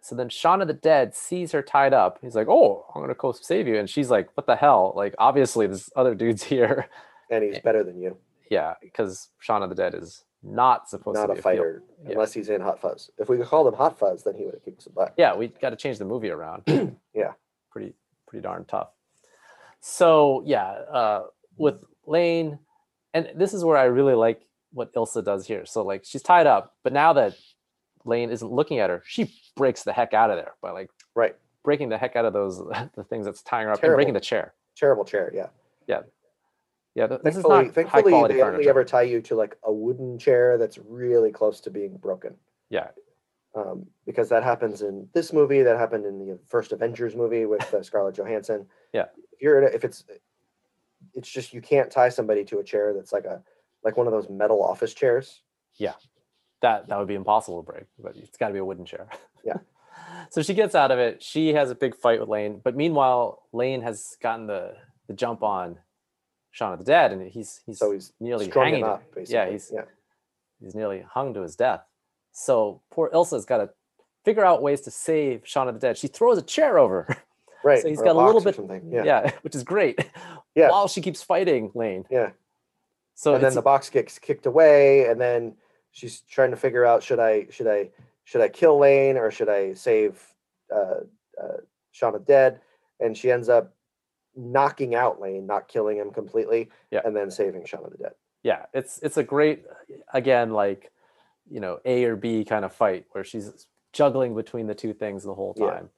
S2: So then Shaun of the Dead sees her tied up. He's like, "Oh, I'm gonna go save you," and she's like, "What the hell? Like, obviously this other dude's here."
S1: And he's
S2: Yeah.
S1: better than you.
S2: yeah, because Shaun of the Dead is not supposed
S1: Not
S2: to
S1: a
S2: be field-
S1: fighter,
S2: yeah.
S1: unless he's in Hot Fuzz. If we could call him Hot Fuzz, then he would have kicked some butt.
S2: yeah, we got to change the movie around.
S1: Yeah.
S2: pretty pretty darn tough. So yeah, uh, with Lane, and this is where I really like what Ilsa does here. So like she's tied up, but now that Lane isn't looking at her, she breaks the heck out of there by like
S1: Right.
S2: breaking the heck out of those the things that's tying her up and breaking
S1: Terrible.
S2: the chair.
S1: Terrible chair. Yeah.
S2: Yeah, th- this is
S1: Thankfully,
S2: not high
S1: thankfully,
S2: quality
S1: they only
S2: furniture.
S1: ever tie you to like a wooden chair that's really close to being broken.
S2: yeah,
S1: um, because that happens in this movie. That happened in the first Avengers movie with uh, Scarlett Johansson.
S2: Yeah.
S1: if you're in a, if it's, it's just you can't tie somebody to a chair that's like a like one of those metal office chairs.
S2: that that would be impossible to break, but it's got to be a wooden chair.
S1: Yeah.
S2: so she gets out of it. She has a big fight with Lane, but meanwhile, Lane has gotten the the jump on Shaun of the Dead, and he's he's
S1: So he's
S2: nearly
S1: strung
S2: hanging.
S1: him
S2: to-
S1: up. Basically.
S2: Yeah, he's-
S1: yeah,
S2: He's nearly hung to his death. So poor Ilsa's got to figure out ways to save Shaun of the Dead. She throws a chair over.
S1: right.
S2: so he's
S1: or
S2: got a little
S1: box or
S2: bit-
S1: Something.
S2: Yeah,
S1: Yeah, yeah.
S2: which is great.
S1: Yeah.
S2: While she keeps fighting Lane. So
S1: and then
S2: it's-
S1: the box gets kicked away, and then she's trying to figure out should I should I should I kill Lane or should I save uh, uh, Shaun of the Dead? And she ends up knocking out Lane, not killing him completely,
S2: Yeah.
S1: and then saving Shaun of the Dead.
S2: yeah it's it's a great again like you know a or b kind of fight where she's juggling between the two things the whole
S1: Yeah.
S2: time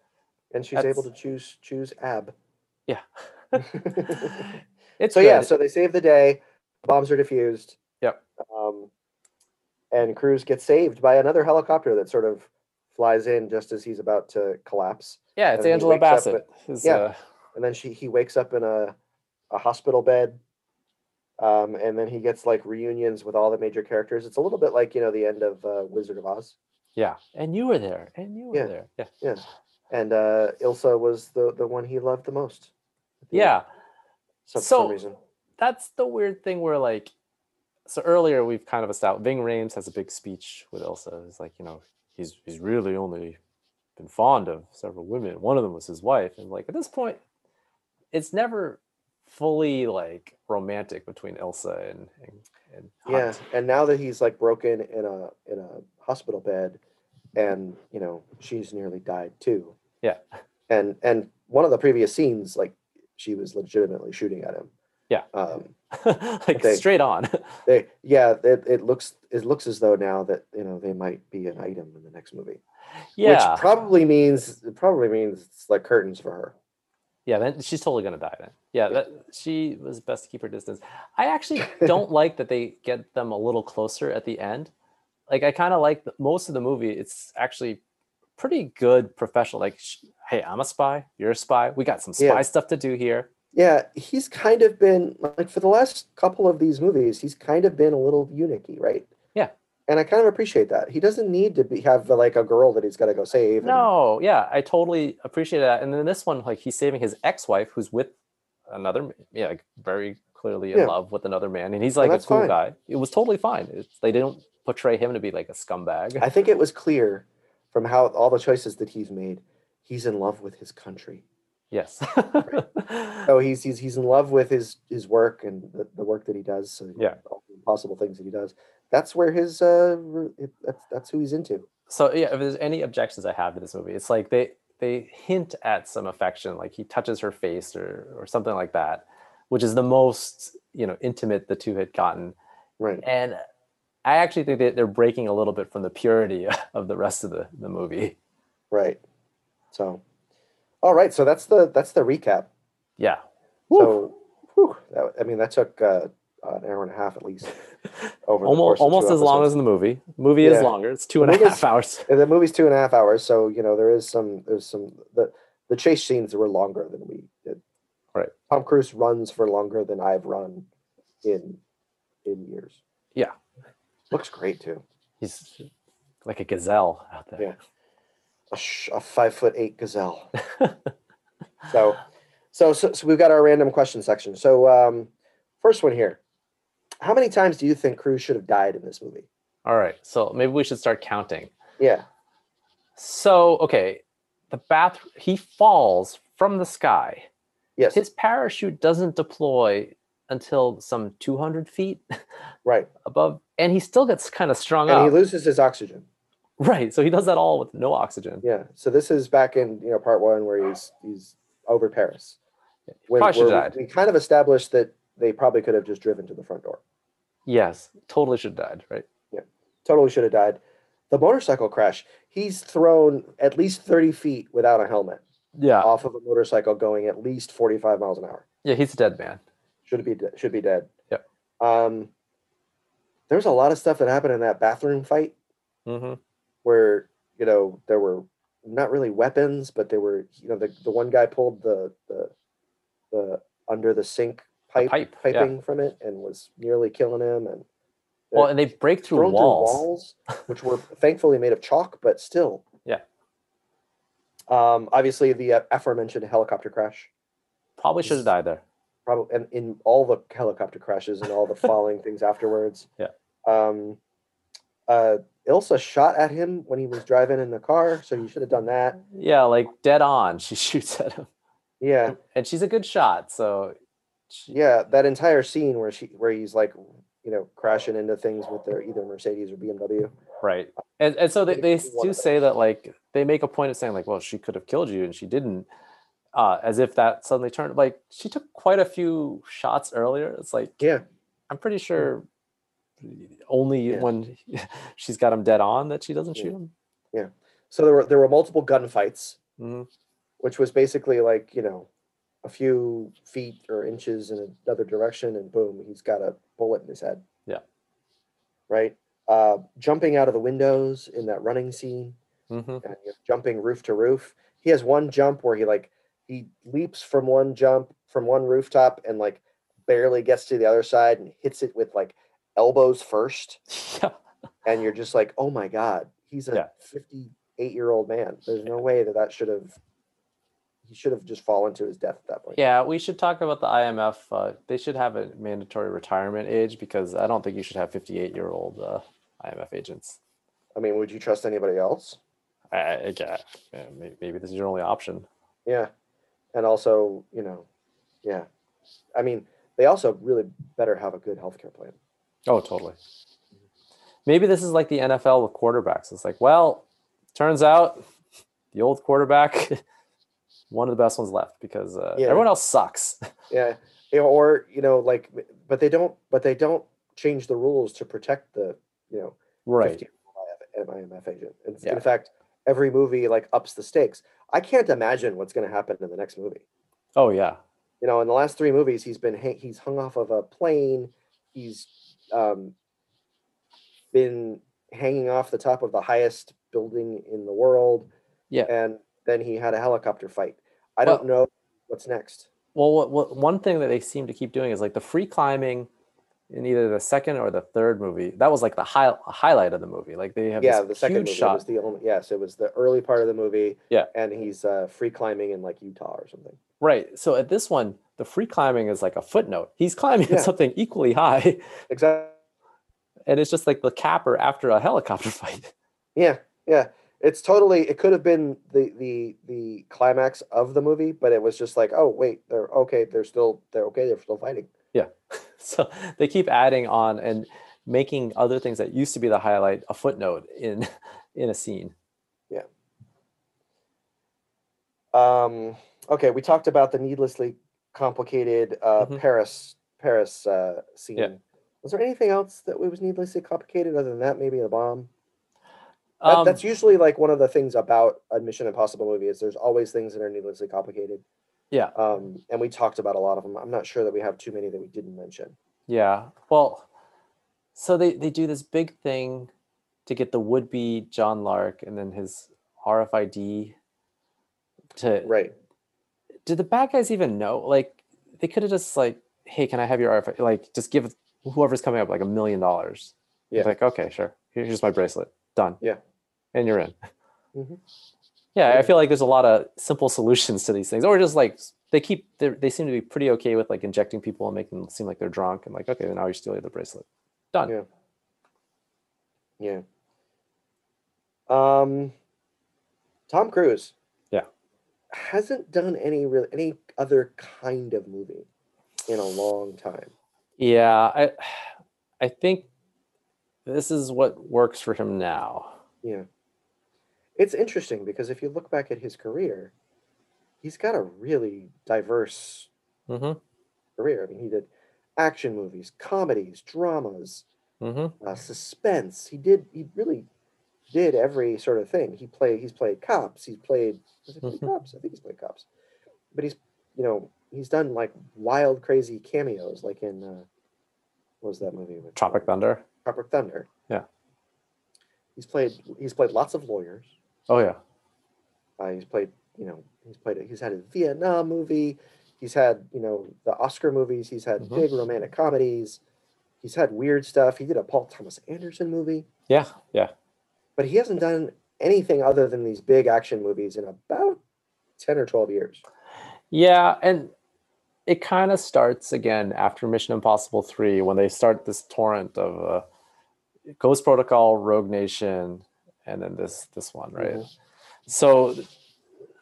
S1: and she's able to choose choose ab.
S2: yeah
S1: so
S2: it's
S1: yeah,
S2: good.
S1: so they save the day. Bombs are diffused.
S2: Yep.
S1: Um, and Cruz gets saved by another helicopter that sort of flies in just as he's about to collapse,
S2: Yeah, it's
S1: And he
S2: Angela
S1: wakes up
S2: Bassett. is,
S1: yeah.
S2: uh,
S1: and then she he wakes up in a a hospital bed, um, and then he gets like reunions with all the major characters. It's a little bit like you know the end of uh, Wizard of Oz,
S2: yeah. And you were there. And you were
S1: Yeah.
S2: there. Yeah.
S1: and uh, Ilsa was the the one he loved the most. at the end,
S2: Yeah.
S1: so, for
S2: So-
S1: some reason,
S2: That's the weird thing where like so earlier we've kind of established Ving Rhames has a big speech with Elsa. It's like, you know, he's he's really only been fond of several women. One of them was his wife. And like at this point, it's never fully like romantic between Elsa and and, and
S1: yeah.
S2: Hunt.
S1: And now that he's like broken in a in a hospital bed, and you know she's nearly died too.
S2: Yeah.
S1: and and one of the previous scenes, like she was legitimately shooting at him.
S2: Yeah.
S1: Um,
S2: like
S1: They-
S2: straight on.
S1: They, yeah, it, it looks it looks as though now that you know they might be an item in the next movie,
S2: yeah.
S1: which probably means it probably means it's like curtains for her.
S2: Yeah, then she's totally gonna die then.
S1: Yeah.
S2: Yeah, that she was best to keep her distance. I actually don't like that they get them a little closer at the end. Like I kind of like the, most of the movie. It's actually pretty good professional. Like, sh- hey, I'm a spy. You're a spy. We got some spy
S1: Yeah.
S2: stuff to do here.
S1: Yeah, he's kind of been like for the last couple of these movies, he's kind of been a little unicky, right?
S2: Yeah.
S1: and I kind of appreciate that. He doesn't need to be, have like a girl that he's got to go save. and-
S2: No, yeah, I totally appreciate that. And then this one, like he's saving his ex-wife who's with another, ma- yeah, like very clearly in
S1: Yeah.
S2: love with another man, and he's
S1: And
S2: like a
S1: that's
S2: cool
S1: fine.
S2: guy. It was totally fine. It's, they didn't portray him to be like a scumbag.
S1: I think it was clear from how all the choices that he's made, he's in love with his country.
S2: Yes.
S1: So he's he's he's in love with his his work and the, the work that he does. So
S2: Yeah.
S1: all the impossible things that he does. That's where his uh ru- it- that's that's who he's into.
S2: so yeah, if there's any objections I have to this movie, it's like they they hint at some affection, like he touches her face or or something like that, which is the most you know intimate the two had gotten.
S1: Right.
S2: And I actually think that they're breaking a little bit from the purity of the rest of the, the movie.
S1: Right. So all right, so that's the that's the recap.
S2: Yeah.
S1: So whew, that, I mean that took uh, an hour and a half at least over the course of
S2: almost
S1: two
S2: almost as long
S1: episodes.
S2: as the movie. Movie is
S1: Yeah.
S2: longer. It's two and
S1: The
S2: a half
S1: movie's-
S2: hours.
S1: And the movie's two and a half hours, so you know there is some there's some the the chase scenes were longer than we did.
S2: Right.
S1: Tom Cruise runs for longer than I've run in in years.
S2: Yeah.
S1: Looks great too.
S2: He's like a gazelle out there.
S1: Yeah. A, sh- a five foot eight gazelle. so, so so so we've got our random question section. So um, first one here. How many times do you think Cruise should have died in this movie?
S2: All right. So maybe we should start counting.
S1: Yeah.
S2: So, okay, the bath he falls from the sky.
S1: Yes.
S2: His parachute doesn't deploy until some 200 feet
S1: right.
S2: above, and he still gets kind of strung
S1: And he
S2: up.
S1: loses his oxygen.
S2: right. So he does that all with no oxygen.
S1: Yeah. So this is back in you know part one where he's he's over Paris. When,
S2: Probably should've
S1: where
S2: died.
S1: we, we kind of established that they probably could have just driven to the front door.
S2: Yes, totally should have died. Right.
S1: Totally should have died. The motorcycle crash. He's thrown at least thirty feet without a helmet
S2: Yeah.
S1: off of a motorcycle going at least forty-five miles an hour.
S2: Yeah. He's a dead man.
S1: Should be de- should be dead.
S2: Yep.
S1: Um, there's a lot of stuff that happened in that bathroom fight Mm-hmm.
S2: hmm
S1: where you know there were not really weapons, but there were you know the, the one guy pulled the the the under the sink pipe,
S2: pipe, yeah.
S1: piping from it and was nearly killing him and
S2: Well, and they break through
S1: thrown
S2: walls.
S1: through walls, which were thankfully made of chalk, but still.
S2: Yeah.
S1: Um, obviously, the uh, aforementioned helicopter crash,
S2: Probably should have died there.
S1: probably, and in all the helicopter crashes and all the falling things afterwards.
S2: Yeah.
S1: Um, uh, Ilsa shot at him when he was driving in the car, so you should have done that.
S2: Yeah, like dead on. She shoots at him,
S1: Yeah,
S2: and she's a good shot. So, she,
S1: yeah. That entire scene where she, where he's like, you know, crashing into things with their either Mercedes or BMW.
S2: Right. And, and so they,
S1: Maybe
S2: they
S1: she's one
S2: do
S1: of those.
S2: say that like they make a point of saying like, well, she could have killed you and she didn't. Uh, as if that suddenly turned like she took quite a few shots earlier. It's like
S1: Yeah,
S2: I'm pretty sure only
S1: Yeah.
S2: when she's got him dead on that she doesn't
S1: Yeah.
S2: shoot him.
S1: so there were there were multiple gunfights,
S2: Mhm.
S1: which was basically like you know, a few feet or inches in another direction, and boom, he's got a bullet in his head.
S2: Yeah.
S1: Right. Uh, jumping out of the windows in that running scene.
S2: Mhm.
S1: and he's jumping roof to roof. He has one jump where he like he leaps from one jump from one rooftop and like barely gets to the other side and hits it with like elbows first.
S2: Yeah.
S1: And you're just like, oh my god, he's
S2: Yeah.
S1: a 58 year old man. There's no way that that should have. He should have just fallen to his death at that point.
S2: Yeah, we should talk about the IMF. Uh, they should have a mandatory retirement age because I don't think you should have 58 year old uh, IMF agents.
S1: I mean, would you trust anybody else?
S2: I, I, I get- yeah, maybe, maybe this is your only option.
S1: Yeah. And also, you know, yeah. I mean, they also really better have a good healthcare plan.
S2: Oh, totally. Maybe this is like the NFL with quarterbacks. It's like, well, turns out the old quarterback, one of the best ones left because uh,
S1: Yeah.
S2: everyone else sucks.
S1: Yeah, you know, or you know, like, but they don't, but they don't change the rules to protect the, you know,
S2: right.
S1: 50-year-old IMF IMF agent. In,
S2: Yeah.
S1: in fact, every movie like ups the stakes. I can't imagine what's going to happen in the next movie.
S2: Oh, yeah.
S1: You know, in the last three movies, he's been hang- he's hung off of a plane. He's um, been hanging off the top of the highest building in the world.
S2: Yeah.
S1: and then he had a helicopter fight. I don't know what's next.
S2: Well, what, what, one thing that they seem to keep doing is like the free climbing in either the second or the third movie. That was like the high, highlight of the movie. Like they have
S1: yeah,
S2: this
S1: the second
S2: huge
S1: movie
S2: shot.
S1: was the only yes, it was the early part of the movie.
S2: Yeah.
S1: and he's uh, free climbing in like Utah or something.
S2: Right. So at this one, the free climbing is like a footnote. He's climbing
S1: Yeah.
S2: something equally high,
S1: Exactly.
S2: and it's just like the capper after a helicopter fight.
S1: Yeah, yeah. It's totally. It could have been the the the climax of the movie, but it was just like, oh wait, they're okay. They're still they're okay. They're still fighting.
S2: so they keep adding on and making other things that used to be the highlight a footnote in in a scene
S1: Um, okay, we talked about the needlessly complicated uh,
S2: Mhm.
S1: Paris Paris uh, scene. Was there anything else that was needlessly complicated other than that? Maybe the bomb. That,
S2: um,
S1: that's usually like one of the things about a Mission Impossible movie is there's always things that are needlessly complicated.
S2: Yeah.
S1: Um, and we talked about a lot of them. I'm not sure that we have too many that we didn't mention.
S2: yeah well so they they do this big thing to get the would-be john lark and then his rfid to
S1: Right.
S2: did the bad guys even know like they could have just like hey can i have your rfid like just give whoever's coming up like a million dollars He's
S1: Yeah.
S2: like, okay, sure. Here- Here's my bracelet. Done.
S1: Yeah.
S2: And you're in.
S1: Mhm.
S2: Mm-hmm. Yeah, I
S1: Yeah.
S2: feel like there's a lot of simple solutions to these things, or just like s- they keep they're- they seem to be pretty okay with like injecting people and making them seem like they're drunk and like okay, now you steal the bracelet. Done.
S1: Yeah. Yeah. Um, Tom Cruise.
S2: Yeah.
S1: Hasn't done any real any other kind of movie in a long time.
S2: Yeah, I I think this is what works for him now.
S1: Yeah. It's interesting because if you look back at his career, he's got a really diverse
S2: Mm-hmm.
S1: career. I mean, he did action movies, comedies, dramas,
S2: Mm-hmm.
S1: uh, suspense. He did. He really did every sort of thing. He played. He's played cops. He's played. Has he played
S2: Mhm.
S1: cops? I think he's played cops. But he's you know he's done like wild, crazy cameos, like in uh, what was that movie? With
S2: Tropic Thunder.
S1: Tropic Thunder.
S2: Yeah.
S1: He's played. He's played lots of lawyers.
S2: Oh yeah.
S1: Uh, he's played, you know, he's played. He's had a Vietnam movie. He's had, you know, the Oscar movies. He's had
S2: Mhm.
S1: big romantic comedies. He's had weird stuff. He did a Paul Thomas Anderson movie,
S2: Yeah. Yeah.
S1: but he hasn't done anything other than these big action movies in about ten or twelve years.
S2: Yeah, and it kind of starts again after Mission Impossible 3 when they start this torrent of uh, Ghost Protocol, Rogue Nation, and then this this one, right?
S1: Mhm.
S2: So th-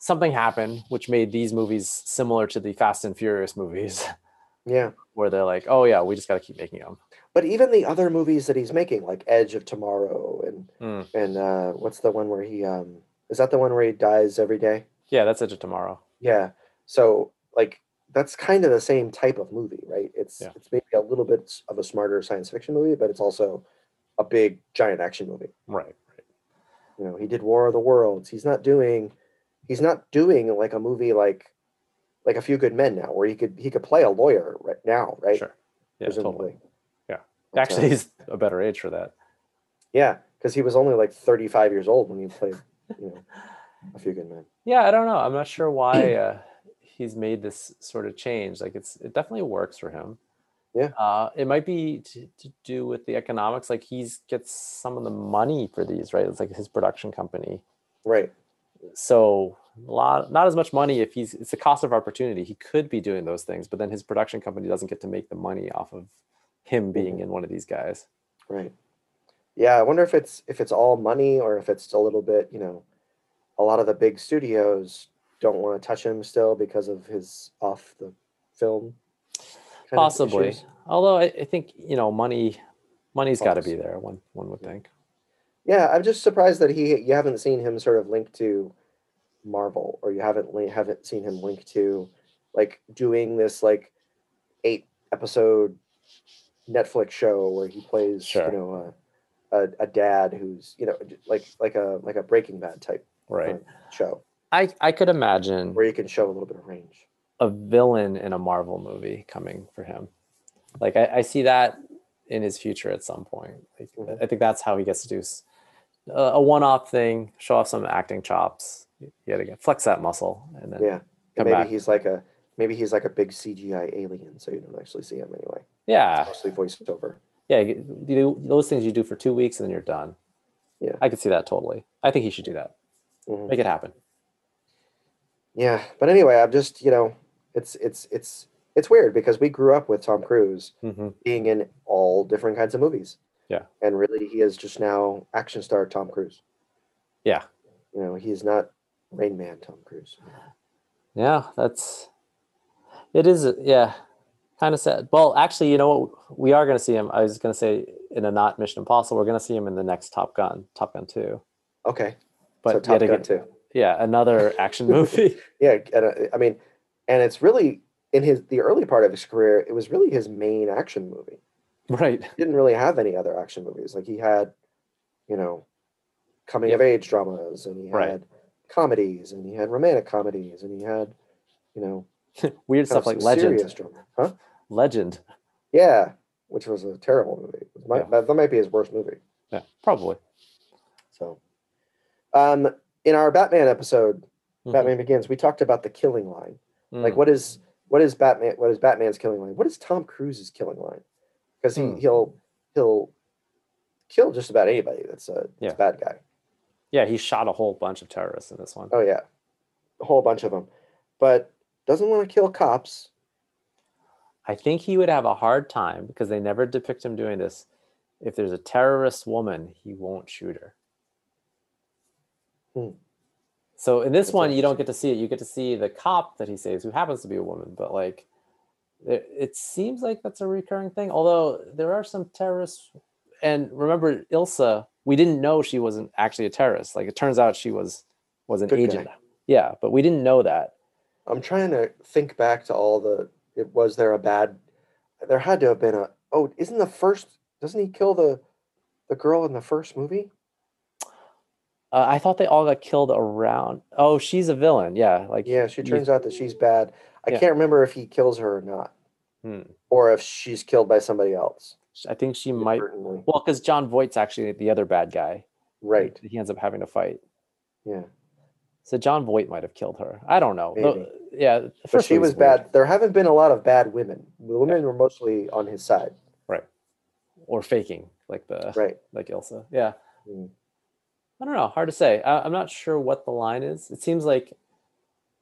S2: something happened which made these movies similar to the Fast and Furious movies
S1: Yeah,
S2: where they're like, "Oh yeah, we just got to keep making them."
S1: but even the other movies that he's making, like Edge of Tomorrow, and
S2: Mm.
S1: and uh, what's the one where he um is that the one where he dies every day?
S2: Yeah, that's Edge of Tomorrow.
S1: Yeah. So like that's kind of the same type of movie, right? It's
S2: Yeah.
S1: it's maybe a little bit s- of a smarter science fiction movie, but it's also a big giant action movie.
S2: Right.
S1: You know, he did War of the Worlds. He's not doing he's not doing like a movie like like a few good men now where he could he could play a lawyer right now, right?
S2: Sure. Yeah, totally.
S1: Presumably.
S2: Yeah.
S1: But, uh,
S2: Actually, he's a better age for that.
S1: yeah, because he was only like 35 years old when he played you know, a few good men.
S2: Yeah, I don't know. I'm not sure why uh, he's made this sort of change. Like it's it definitely works for him.
S1: Yeah.
S2: Uh, it might be to, to do with the economics. Like he's gets some of the money for these, right? It's like his production company.
S1: Right.
S2: So a lot, not as much money if he's. It's the cost of opportunity. He could be doing those things, but then his production company doesn't get to make the money off of him being in one of these guys.
S1: Right. Yeah, I wonder if it's if it's all money or if it's a little bit, you know, a lot of the big studios don't want to touch him still because of his off the film. kind of
S2: Possibly.
S1: issues.
S2: Although I, I think you know, money, money's got to
S1: Always.
S2: be there. One one would think.
S1: Yeah, I'm just surprised that he you haven't seen him sort of linked to Marvel or you haven't li- haven't seen him linked to like doing this like eight episode Netflix show where he plays
S2: Sure.
S1: you know a, a a dad who's you know j- like like a like a Breaking Bad type
S2: Right.
S1: show
S2: I I could imagine
S1: where you can show a little bit of range.
S2: a villain in a Marvel movie coming for him. Like I, I see that in his future at some point. Like,
S1: Mhm.
S2: I think that's how he gets to do s- a, a one-off thing, show off some acting chops yet again, flex that muscle, and then
S1: Yeah.
S2: yeah,
S1: And
S2: Come
S1: maybe
S2: back.
S1: he's like a maybe he's like a big CGI alien, so you don't actually see him anyway.
S2: yeah,
S1: Mostly voiceover.
S2: you do those things you do for two weeks and then you're done.
S1: Yeah.
S2: I could see that totally. I think he should do that.
S1: Mhm.
S2: Make it happen.
S1: Yeah, but anyway, I'm just you know, it's it's it's it's weird because we grew up with Tom Cruise
S2: hmm
S1: being in all different kinds of movies.
S2: Yeah.
S1: and really, he is just now action star Tom Cruise.
S2: Yeah.
S1: you know, he is not Rain Man Tom Cruise.
S2: Yeah, that's it is yeah, kind of sad. Well, actually, you know what? We are going to see him. I was going to say in a not Mission Impossible, we're going to see him in the next Top Gun, Top Gun 2.
S1: Okay,
S2: But
S1: so
S2: yet
S1: Top Gun
S2: again,
S1: too.
S2: yeah, another action movie.
S1: Yeah, and uh, I mean, and it's really in his the early part of his career, it was really his main action movie.
S2: right.
S1: didn't really have any other action movies. Like he had, you know, coming of age dramas, and he had
S2: Right.
S1: comedies, and he had romantic comedies, and he had, you know,
S2: Weird
S1: kind of
S2: stuff like
S1: some
S2: Legend.
S1: serious drama, huh?
S2: Legend.
S1: Yeah, which was a terrible movie. It was my-
S2: Yeah.
S1: that, that might be his worst movie.
S2: Yeah, probably.
S1: So, um, in our Batman episode,
S2: Mhm.
S1: Batman Begins, we talked about the killing line. Like,
S2: Mm,
S1: what is what is Batman? What is Batman's killing line? What is Tom Cruise's killing line? Because he
S2: Hmm.
S1: he'll he'll kill just about anybody that's a, that's
S2: Yeah.
S1: a bad guy.
S2: yeah, he shot a whole bunch of terrorists in this one.
S1: Oh yeah, a whole bunch of them. But doesn't want to kill cops.
S2: I think he would have a hard time because they never depict him doing this. If there's a terrorist woman, he won't shoot her.
S1: Hmm.
S2: So in this
S1: That's
S2: one, you don't get to see it. You get to see the cop that he saves, who happens to be a woman. But like, it, it seems like that's a recurring thing. Although there are some terrorists, and remember Ilsa, we didn't know she wasn't actually a terrorist. Like it turns out she was was an
S1: Good guy.
S2: agent. Yeah, but we didn't know that.
S1: I'm trying to think back to all the. It was there a bad? There had to have been a. Oh, isn't the first? Doesn't he kill the, the girl in the first movie?
S2: Uh, I thought they all got killed around. Oh, she's a villain. Yeah, like
S1: Yeah, she
S2: you-
S1: turns out that she's bad. I
S2: Yeah.
S1: can't remember if he kills her or not,
S2: Hmm.
S1: or if she's killed by somebody else.
S2: I think she might.
S1: Inadvertently.
S2: Well, because John Voight's actually the other bad guy.
S1: Right.
S2: He ends up having to fight.
S1: Yeah.
S2: So John Voight might have killed her. I don't know. Though-
S1: Maybe.
S2: yeah, the
S1: But
S2: first
S1: she
S2: movie's
S1: was
S2: weird.
S1: bad. There haven't been a lot of bad women. The women were mostly on his side.
S2: or faking, like the
S1: Right.
S2: like Ilsa. Yeah,
S1: Mm.
S2: I don't know. Hard to say. I, I'm not sure what the line is. It seems like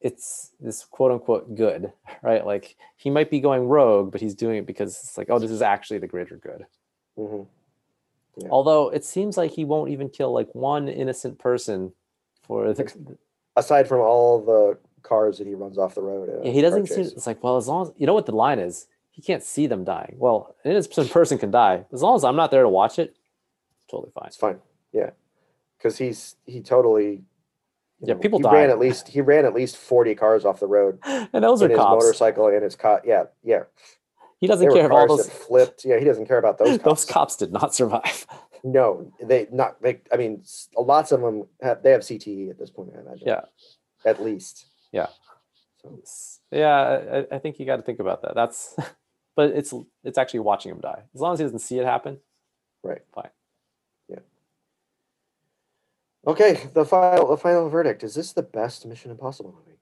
S2: it's this quote unquote good, right? Like he might be going rogue, but he's doing it because it's like, oh, this is actually the greater good.
S1: hmm Yeah.
S2: Although it seems like he won't even kill like one innocent person for the,
S1: aside from all the cars that he runs off the road. in a
S2: Yeah, he
S1: car
S2: doesn't seem.
S1: chase.
S2: It's like, well, as long as you know what the line is, he can't see them dying. Well, an innocent person can die as long as I'm not there to watch it. Totally fine.
S1: It's fine. Yeah, because he's he totally. you
S2: Yeah, people
S1: he
S2: die.
S1: ran at least he ran at least forty cars off the road
S2: And those
S1: in
S2: are
S1: his
S2: cops.
S1: motorcycle and his cop. Yeah, yeah.
S2: He doesn't
S1: There
S2: care
S1: were
S2: if all
S1: cars
S2: those
S1: that flipped. Yeah, he doesn't care about those
S2: those cops.
S1: cops.
S2: did not survive.
S1: No, they not. They, I mean, s- lots of them have they have CTE at this point. I imagine.
S2: Yeah.
S1: at least.
S2: Yeah.
S1: So,
S2: S- Yeah, I, I think you got to think about that. That's, but it's it's actually watching him die. As long as he doesn't see it happen,
S1: Okay, the final the final verdict is this the best Mission Impossible movie?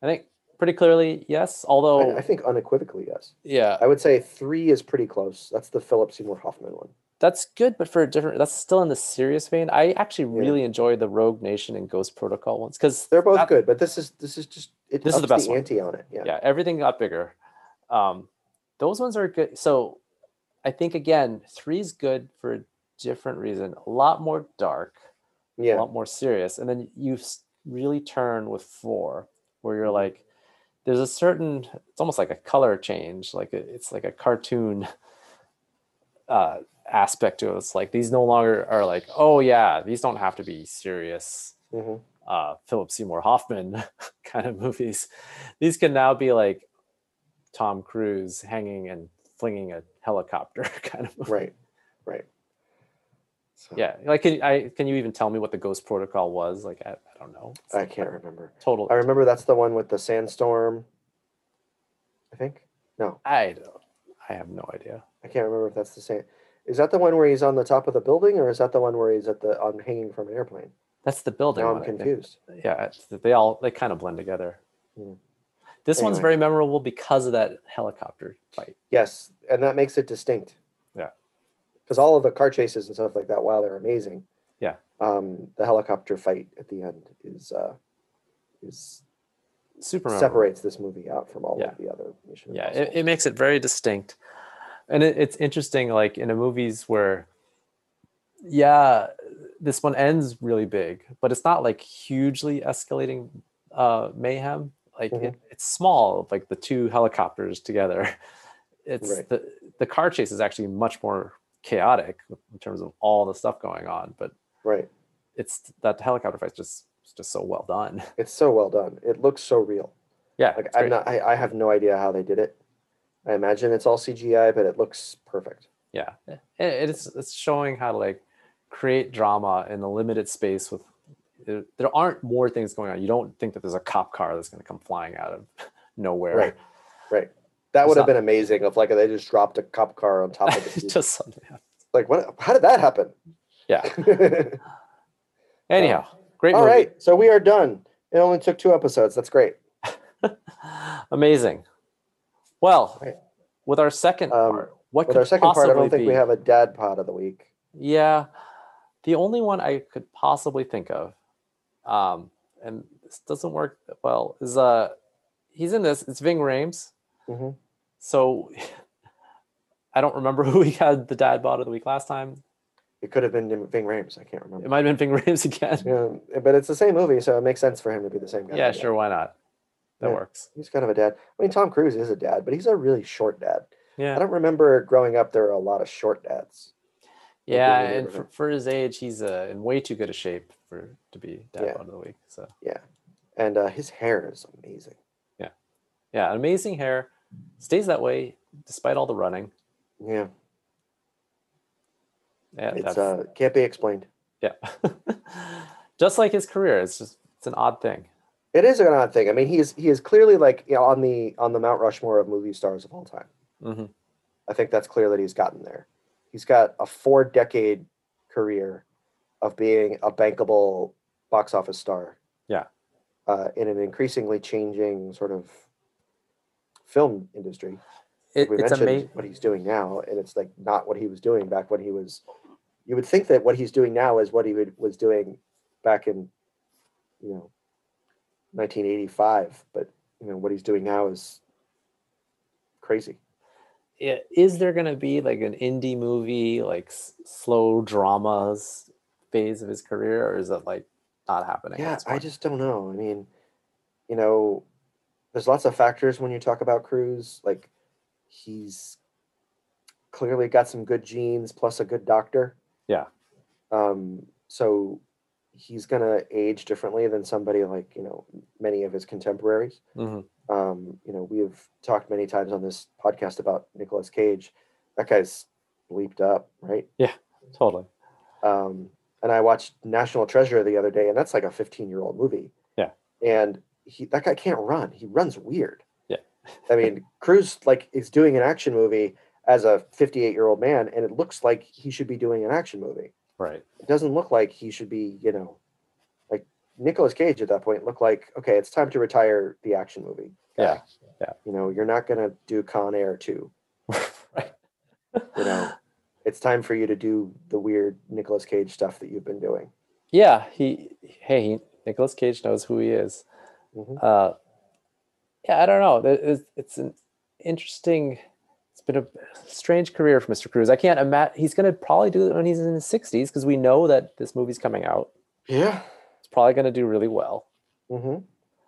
S2: I think pretty clearly yes. Although
S1: I, I think unequivocally yes.
S2: yeah,
S1: I would say three is pretty close. That's the Philip Seymour Hoffman one.
S2: that's good, but for a different. That's still in the serious vein. I actually
S1: Yeah. Oh,
S2: really enjoy the Rogue Nation and Ghost Protocol ones because
S1: They're both
S2: That-
S1: good, but this is this is just it
S2: This is the
S1: ups
S2: best one.
S1: ante on it. Yeah.
S2: yeah everything got bigger um those ones are good so i think again three's good for a different reason a lot more dark a
S1: Yeah.
S2: lot more serious and then you s- really turn with four where
S1: Mm-hmm.
S2: you're like there's a certain it's almost like a color change like it- it's like a cartoon uh aspect to it it's like these no longer are like oh yeah these don't have to be serious
S1: hmm
S2: uh, Philip Seymour Hoffman kind of movies. These can now be like Tom Cruise hanging and flinging a helicopter kind of. Movie.
S1: Right. Right. So,
S2: Yeah, like can I can you even tell me what the Ghost Protocol was? Like I, I don't know. It's
S1: I can't remember.
S2: total.
S1: I remember that's the one with the sandstorm. I think. No,
S2: I don't. I have no idea.
S1: I can't remember if that's the same. Is that the one where he's on the top of the building, or is that the one where he's at the on hanging from an airplane?
S2: That's the building.
S1: Now
S2: one,
S1: I'm
S2: I think.
S1: confused.
S2: Yeah, it's- they all they kind of blend together.
S1: Hmm.
S2: This one's
S1: Anyway.
S2: very memorable because of that helicopter fight.
S1: Yes, and that makes it distinct.
S2: Yeah.
S1: Because all of the car chases and stuff like that, while they're amazing,
S2: Yeah.
S1: um, the helicopter fight at the end is uh, is
S2: Super memorable.
S1: separates this movie out from all
S2: Yeah.
S1: of the other Mission
S2: yeah it,
S1: Impossible.
S2: it makes it very distinct and it, it's interesting like in a movies where yeah this one ends really big but it's not like hugely escalating uh mayhem like it, it's small like the two helicopters together it's
S1: Right.
S2: the the car chase is actually much more chaotic in terms of all the stuff going on but
S1: Right.
S2: it's that helicopter fight's just it's just so well done
S1: It's so well done. It looks so real.
S2: yeah
S1: Like
S2: it's
S1: I'm
S2: great.
S1: not. I, I have no idea how they did it. I imagine it's all CGI, but it looks perfect.
S2: yeah it, it's it's showing how to like create drama in a limited space with there, there aren't more things going on you don't think that there's a cop car that's going to come flying out of nowhere
S1: Right. That
S2: It's
S1: would have
S2: not-
S1: been amazing if like they just dropped a cop car on top of it.
S2: just something
S1: like what? How did that happen?
S2: yeah anyhow great
S1: Um, all
S2: movie.
S1: right, so we are done. It only took two episodes. That's great.
S2: amazing well
S1: Right.
S2: with our second
S1: Um,
S2: part what
S1: With
S2: could
S1: our second part, I don't
S2: possibly
S1: think we
S2: be-
S1: have a dad pod of the week.
S2: Yeah, the only one I could possibly think of, um, and this doesn't work well, is uh, he's in this. It's Ving Rhames.
S1: Mhm.
S2: So I don't remember who we had the dad bod of the week last time.
S1: It could have been Ving Rhames. I can't remember.
S2: It might have been Ving Rhames again.
S1: Yeah, but it's the same movie, so it makes sense for him to be the same guy.
S2: Yeah, sure, why not? That
S1: Yeah.
S2: works.
S1: He's kind of a dad. I mean, Tom Cruise is a dad, but he's a really short dad. I
S2: Yeah,
S1: don't remember growing up. There were a lot of short dads. in
S2: yeah,
S1: the
S2: and for,
S1: neighborhood.
S2: for his age, he's uh, in way too good a shape for to be dad
S1: Yeah.
S2: bod of the week. So
S1: and uh, his hair is amazing.
S2: yeah, amazing hair, stays that way despite all the running.
S1: Yeah,
S2: Yeah,
S1: it's
S2: that's-
S1: uh, can't be explained.
S2: Yeah. just like his career, it's just it's an odd thing.
S1: It is an odd thing. I mean, he is he is clearly like you know, on the on the Mount Rushmore of movie stars of all time.
S2: hmm
S1: I think that's clear that he's gotten there. He's got a four decade career of being a bankable box office star.
S2: Yeah.
S1: Uh, in an increasingly changing sort of film industry.
S2: It,
S1: we
S2: it's
S1: mentioned
S2: amazing.
S1: what he's doing now, and it's like not what he was doing back when he was. You would think that what he's doing now is what he would, was doing back in, you know, 1985. But you know what he's doing now is crazy.
S2: Is there going to be like an indie movie, like s- slow dramas phase of his career, or is it like not happening? at
S1: Yeah,
S2: this
S1: I
S2: point?
S1: just don't know. I mean, you know, there's lots of factors when you talk about Cruz. Like, he's clearly got some good genes plus a good doctor.
S2: Yeah.
S1: Um, so he's gonna age differently than somebody like you know many of his contemporaries.
S2: Mhm.
S1: Um, you know, we have talked many times on this podcast about Nicolas Cage. That guy's bleeped up, right?
S2: totally.
S1: um, and I watched National Treasure the other day, and that's like a 15 year old movie.
S2: Yeah.
S1: And he that guy can't run. He runs weird.
S2: Yeah.
S1: I mean, Cruz like is doing an action movie as a 58 year old man, and it looks like he should be doing an action movie.
S2: Right.
S1: It doesn't look like he should be, you know, Nicolas Cage at that point looked like, okay, it's time to retire the action movie.
S2: Yeah, yeah.
S1: You know, you're not gonna do Con Air two.
S2: Right.
S1: You know, it's time for you to do the weird Nicolas Cage stuff that you've been doing.
S2: Yeah, he hey, he, Nicolas Cage knows who he is.
S1: Mhm.
S2: Uh, yeah, I don't know. It- It's, it's an interesting. It's been a strange career for Mr. Cruz. I can't imagine he's going to probably do it when he's in his sixties because we know that this movie's coming out.
S1: Yeah.
S2: It's probably going to do really well.
S1: hmm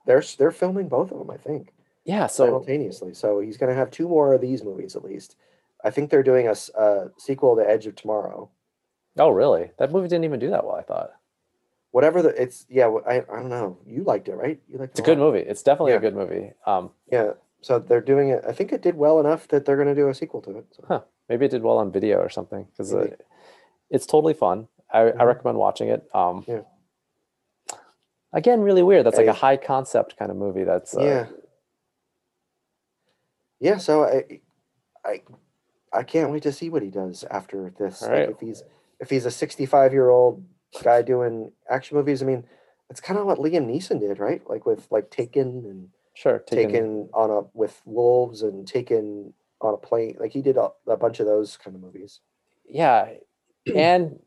S1: They're s- they're filming both of them, I think,
S2: Yeah. So
S1: simultaneously. So he's gonna have two more of these movies at least. I think they're doing a, s- a sequel to Edge of Tomorrow.
S2: oh really? That movie didn't even do that well. I thought
S1: Whatever the it's yeah wh- I, I don't know you liked it right you liked
S2: it's a
S1: it
S2: good
S1: lot.
S2: movie. It's definitely
S1: Yeah.
S2: a good movie. Um,
S1: yeah so they're doing it I think it did well enough that they're gonna do a sequel to it so.
S2: Huh. maybe it did well on video or something because
S1: Maybe.
S2: uh, it's totally fun. I, I
S1: Mhm.
S2: recommend watching it. Um,
S1: Yeah.
S2: Again, really weird. That's like a
S1: Hey.
S2: high concept kind of movie. That's uh,
S1: yeah yeah so I I I can't wait to see what he does after this
S2: All
S1: Like,
S2: right.
S1: if he's if he's a 65 year old guy doing action movies I mean it's kind of what Liam Neeson did right like with like Taken and
S2: sure
S1: taken,
S2: taken,
S1: on a with wolves and taken on a plane like he did a, a bunch of those kind of movies
S2: yeah and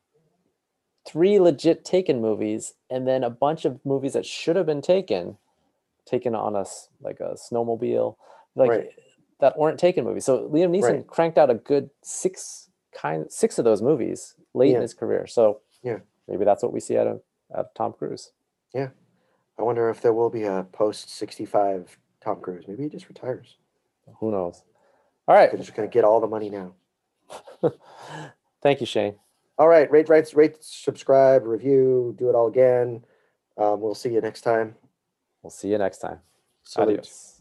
S2: three legit taken movies and then a bunch of movies that should have been taken taken on us like a snowmobile like
S1: Right.
S2: that weren't taken movies so liam neeson
S1: Right.
S2: cranked out a good six kind six of those movies late
S1: Yeah.
S2: in his career so
S1: Yeah.
S2: maybe that's what we see out of, out of tom cruise
S1: I wonder if there will be a post 65 Tom Cruise maybe he just retires
S2: who knows all right
S1: they're just gonna get all the money now
S2: thank you shane
S1: all right rate rate rate subscribe review do it all again um, we'll see you next time
S2: we'll see you next time
S1: Salute.
S2: adios